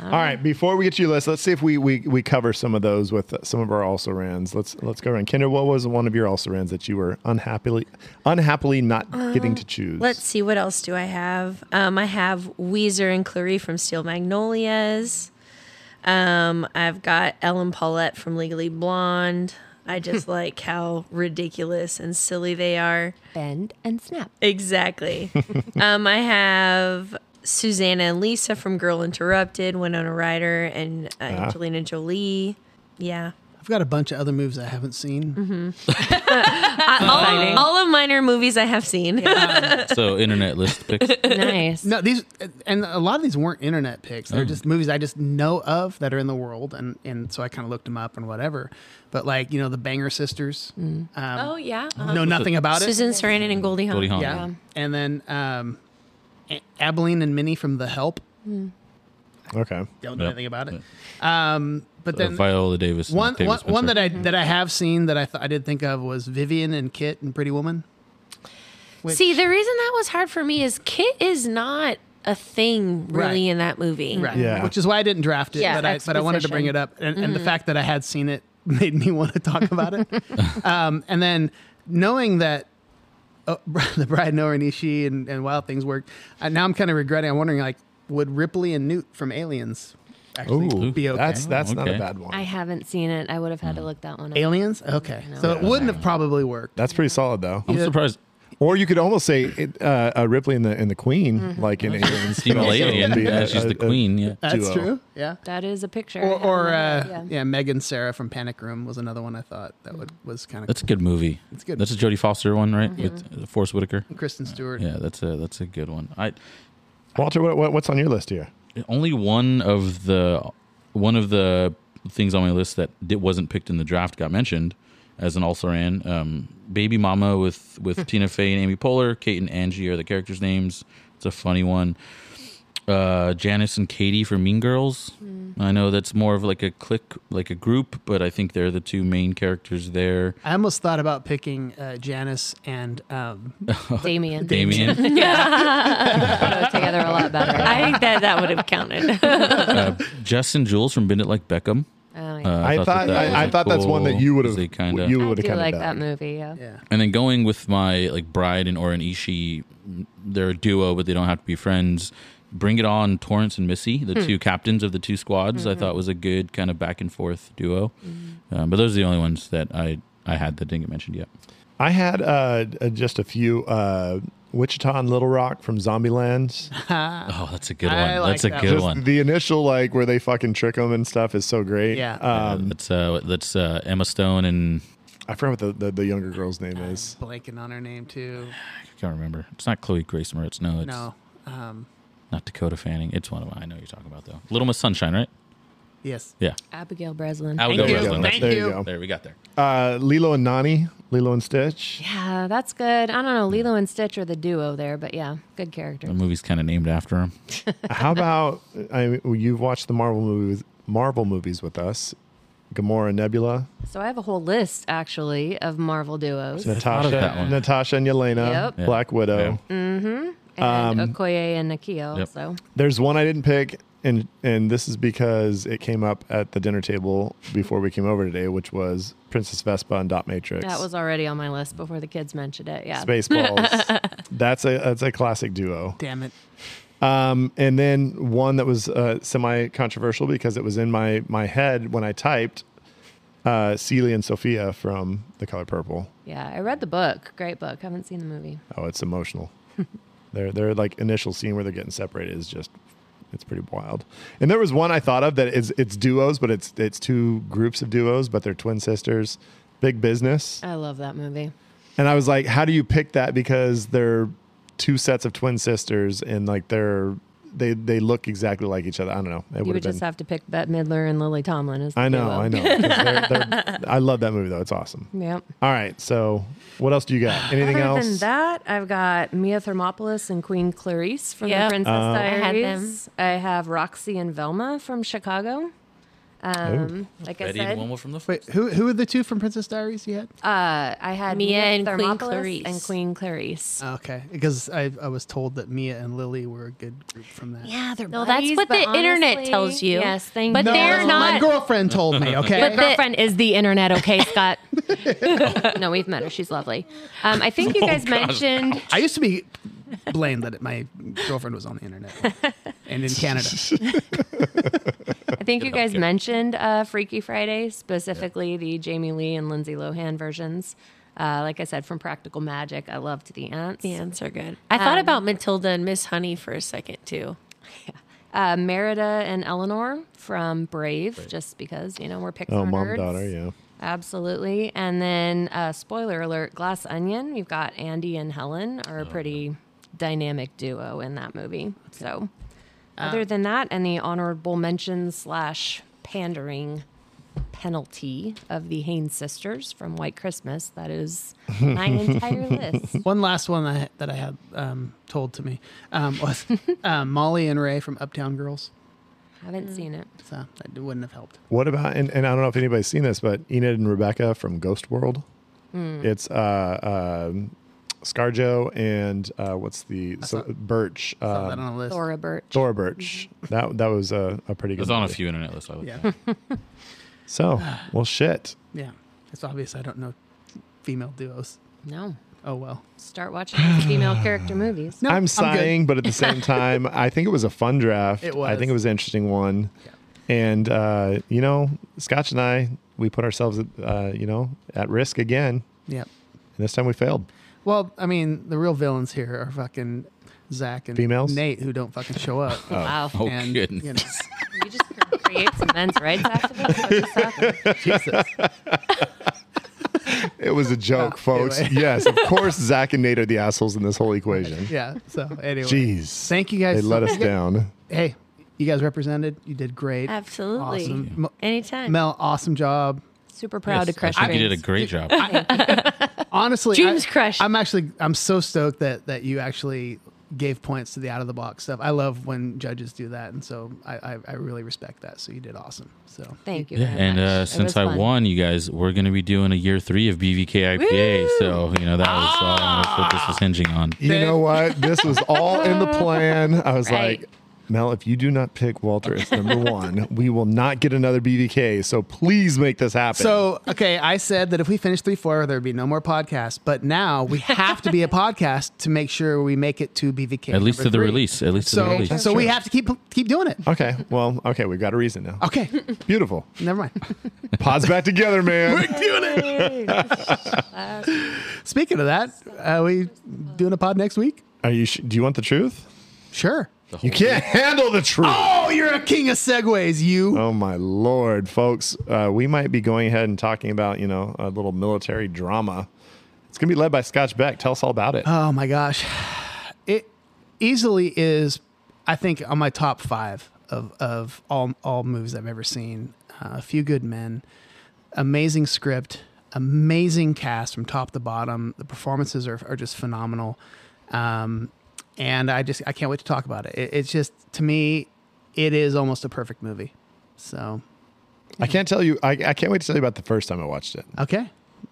All right. Before we get to your list, let's see if we we, we cover some of those with uh, some of our also rans. Let's let's go around. Kendra, what was one of your also rans that you were unhappily unhappily not getting Um, to choose? Let's see, what else do I have? Um, I have Weezer and Clarie from Steel Magnolias. Um, I've got Ellen Paulette from Legally Blonde. I just like how ridiculous and silly they are. Bend and snap. Exactly. um, I have Susanna and Lisa from Girl Interrupted, Winona Ryder, and uh, Ah. Angelina Jolie. Yeah. I've got a bunch of other moves I haven't seen. Mm-hmm. I, all, all of mine are movies I have seen. So internet list picks. nice. No, these and a lot of these weren't internet picks. They're Oh. just movies I just know of that are in the world, and and so I kind of looked them up and whatever. But like you know, the Banger Sisters. Um, oh, yeah. Know nothing about it. Susan Sarandon and Goldie Hawn. Goldie Hawn, Yeah. And then um, A- Abilene and Minnie from The Help. Okay. Don't know Yep. anything about it. Um, but then Viola Davis. and one Octavia one, one Spencer. that I Mm. that I have seen that I th- I did think of was Vivian and Kit and Pretty Woman. Which- See, the reason that was hard for me is Kit is not a thing really Right. in that movie. Right. Which is why I didn't draft it, Yeah, but I but I wanted to bring exposition. it up, and, and the Mhm. fact that I had seen it made me want to talk about it. um, and then knowing that uh, the Bride Nowhere Nishi and, and Wild Things worked, uh, now I'm kind of regretting. I'm wondering like, would Ripley and Newt from Aliens actually Ooh, be okay? that's- that's Oh, not a Okay. bad one. I haven't seen it. I would have had to look that one up. Aliens. Okay, so it wouldn't have probably worked. That's pretty solid though. I'm Yeah. surprised. Or you could almost say it, uh, uh, Ripley and the and the Queen, like in Aliens. Female could also alien. be Yeah, she's the queen, yeah. That's duo. true. Yeah. That is a picture. Or, or uh, yeah. Yeah. Megan Sarah from Panic Room was another one I thought that would, was kind of That's a good movie. It's good. That's a Jodie Foster one, right? With uh, Forrest Whitaker. Kristen Stewart. Yeah, that's a that's a good one. I Walter, what, what, what's on your list here? only one of the one of the things on my list that did, wasn't picked in the draft got mentioned as an also ran. Um, Baby Mama with with Tina Fey and Amy Poehler, Kate and Angie are the characters' names. It's a funny one. Uh, Janice and Katie from Mean Girls. I know that's more of like a clique, like a group, but I think they're the two main characters there. I almost thought about picking uh, Janice and um, Damien. Damien. Those together a lot better. I think that that would have counted. uh, Justin Jules from Bend It Like Beckham. Oh, Uh, I thought- I- I thought that's one that you would've- kind you I do like that movie. Yeah. And then going with my like Bride and Oren Ishii, they're a duo, but they don't have to be friends. Bring it on, Torrance and Missy, the Hmm. two captains of the two squads. I Mhm. thought was a good kind of back and forth duo. Um, but those are the only ones that I I had that didn't get mentioned yet. I had uh, uh, just a few uh, Wichita and Little Rock from Zombieland. Oh, that's a good one. I like that's a that good Just one. The initial like where they fucking trick them and stuff is so great. Yeah. Uh, Um, that's uh, that's uh, Emma Stone and I forgot what the, the, the younger girl's name is. blanking on her name too. I can't remember. It's not Chloe Grace Moritz. No, it's No, um, not Dakota Fanning. It's one of them. I know you're talking about though. Little Miss Sunshine, right? yes, Yeah. Abigail Breslin. Abigail you. Breslin. Thank There you you. go. There we got there. Uh, Lilo and Nani, Lilo and Stitch. Yeah, that's good. I don't know. Lilo and Stitch are the duo there, but yeah, good character. The Um, movie's kind of named after him. How about I mean, you've watched the Marvel movies, Marvel movies with us, Gamora, Nebula, So I have a whole list actually of Marvel duos. Natasha, that one. Natasha and Yelena, Yep. Yeah. Black Widow. Yeah. Mm-hmm. And Um, Okoye and Nakia Yep. also. There's one I didn't pick, and and this is because it came up at the dinner table before we came over today, which was Princess Vespa and Dot Matrix. That was already on my list before the kids mentioned it. Yeah. Spaceballs. that's a that's a classic duo. damn it. Um, and then one that was uh, semi controversial because it was in my my head when I typed uh, Celia and Sophia from The Color Purple. yeah, I read the book. Great book. Haven't seen the movie. Oh, it's emotional. their their like initial scene where they're getting separated is just it's pretty wild. And there was one I thought of that is it's duos, but it's it's two groups of duos, but they're twin sisters. Big business. I love that movie. And I was like, how do you pick that? Because they're two sets of twin sisters and like they're they they look exactly like each other. I don't know. you It would would've just have to pick Bette Midler and Lily Tomlin as the I know, duo. I know. 'Cause they're- they're- I love that movie though. It's awesome. Yep. All right. So what else do you got? Anything Other else? than that, I've got Mia Thermopolis and Queen Clarice from Yep. the Princess Oh. I had Diaries. I, have Roxy and Velma from Chicago. Um, Oh. like I said, from the Wait, who who are the two from Princess Diaries you had? Uh, I had Mia and Queen Thermopolis Clarice. and Queen Clarice. Uh, Okay, because I I was told that Mia and Lily were a good group from that. Yeah, they're No, that's what the internet tells you. Yes, thank But you. they're that's what My not. girlfriend told me. Okay, Your girlfriend is the internet, okay, Scott? no, we've met her. She's lovely. Um, I think you Oh, guys gosh. mentioned I used to be blamed that my girlfriend was on the internet and in Canada. I think you guys mentioned uh, Freaky Friday, specifically the Jamie Lee and Lindsay Lohan versions. Uh, like I said, from Practical Magic, I loved the ants. The ants are good. I thought Um, about Matilda and Miss Honey for a second too. Uh, Merida and Eleanor from Brave, just because, you know, we're Pixar Oh, mom, nerds. daughter, yeah. Absolutely. And then, uh, spoiler alert, Glass Onion, we've got Andy and Helen Oh, are a pretty dynamic duo in that movie. So, Uh, other than that, and the honorable mention slash pandering penalty of the Haynes sisters from White Christmas, that is my entire list. One last one that I, that I had um, told to me um, was um, Molly and Ray from Uptown Girls. Hmm. Haven't seen it. So that wouldn't have helped. What about and, and I don't know if anybody's seen this, but Enid and Rebecca from Ghost World. Hmm. Mm-hmm. It's uh, um Scarjo and uh, what's the so, Birch? Not Um, on the list. Thora Birch. Thora Birch. That that was a, a pretty It good. was on a movie. few internet Oh, lists. I would Yeah. think. So well, shit. Yeah, it's obvious I don't know female duos. No. Oh well. Start watching these female character movies. No, I'm good. sighing, but at the same time, I think it was a fun draft. It I think was. it was an interesting one. And uh, you know, Scotch and I, we put ourselves, at, uh, you know, at risk again, Yeah. and this time we failed. Well, I mean, the real villains here are fucking Zach and Females? Nate who don't fucking show up. Wow. Oh and, goodness! You know, You just create some men's rights activists? What just happened? Jesus. It was a joke, folks. Oh, anyway. yes, of course, Zach and Nate are the assholes in this whole equation. Yeah. So anyway. Jeez, Thank you guys. they let so- us down. Hey, you guys represented. You did great. Absolutely. Awesome. Mo- Anytime. Mel, awesome job. Super proud Yes, to crush I think you dreams. did a great job. Honestly, Dreams I, crushed. I'm actually I'm so stoked that that you actually gave points to the out of the box stuff. I love when judges do that, and so I I, I really respect that. So you did awesome. So Thank you. Yeah, very and much. uh, It since was I fun. won, you guys, we're going to be doing a year three of BVK IPA. So you know that was uh, that's Ah! what this was hinging on. You know what? This was all in the plan. I was Right. like, Mel, if you do not pick Walter as number one, we will not get another BVK. So please make this happen. So okay, I said that if we finish three four, there would be no more podcasts. But now we have to be a podcast to make sure we make it to BVK. At least number to the three. release. At least to the So release. so we have to keep keep doing it. okay, well, okay, we've got a reason now. Okay, Beautiful. never mind. Pods back together, man. Speaking of that, are we doing a pod next week? Are you? Sh- do you want the truth? Sure. You can't handle the truth. Oh, you're a king of segues, you. Oh my lord, folks! Uh, we might be going ahead and talking about you know a little military drama. It's gonna be led by Scotch Beck. Tell us all about it. Oh my gosh. It easily is I think on my top 5 of of all all movies I've ever seen. Uh, a few good men. Amazing script, amazing cast from top to bottom. The performances are are just phenomenal. Um and I just I can't wait to talk about it. it it's just to me it is almost a perfect movie. So, I can't tell you. I, I can't wait to tell you about the first time I watched it. okay.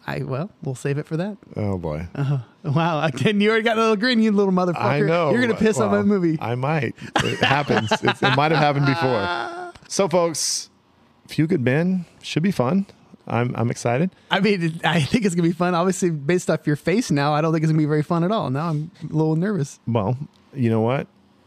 I well, we'll save it for that. Oh boy, Uh, Wow, again, you already got a little grin, you little motherfucker. I know. You're gonna piss on my Well, movie. I might. It happens. It's, it might have happened before. So, folks, Few Good Men should be fun. I'm I'm excited. I mean, it- I think it's gonna be fun. Obviously, based off your face now, I don't think it's gonna be very fun at all. Now I'm a little nervous. Well, you know what?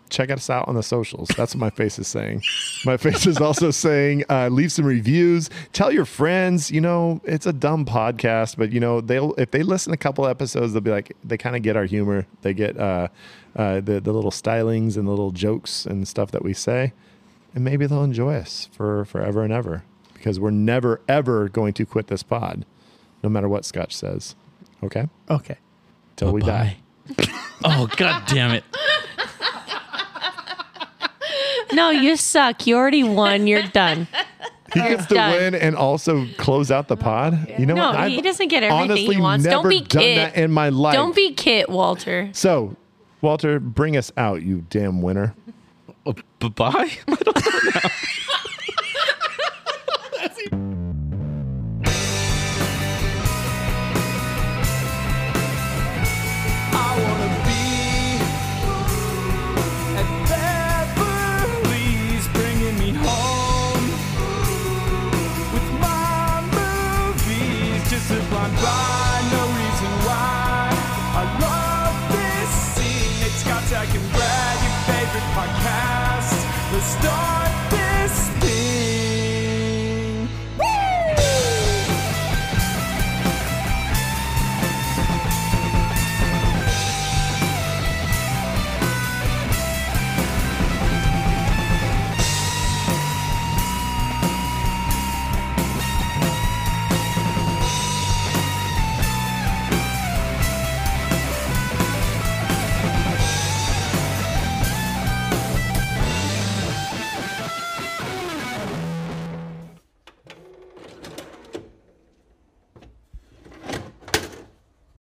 Check us out on the socials. That's what my face is saying. My face is also saying, uh, leave some reviews. Tell your friends. You know, it's a dumb podcast, but you know they'll if they listen a couple episodes, they'll be like, they kind of get our humor. They get uh, uh, the the little stylings and the little jokes and stuff that we say, and maybe they'll enjoy us for forever and ever because we're never ever going to quit this pod, no matter what Scotch says. Okay, Okay. till we die. oh god damn it! No, you suck. You already won. You're done. He gets to done. win and also close out the pod. You know No, what? he doesn't get everything honestly he wants. Don't Never be done Kit. that in my life. Don't be Kit, Walter. So, Walter, bring us out, you damn winner. Bye bye. the start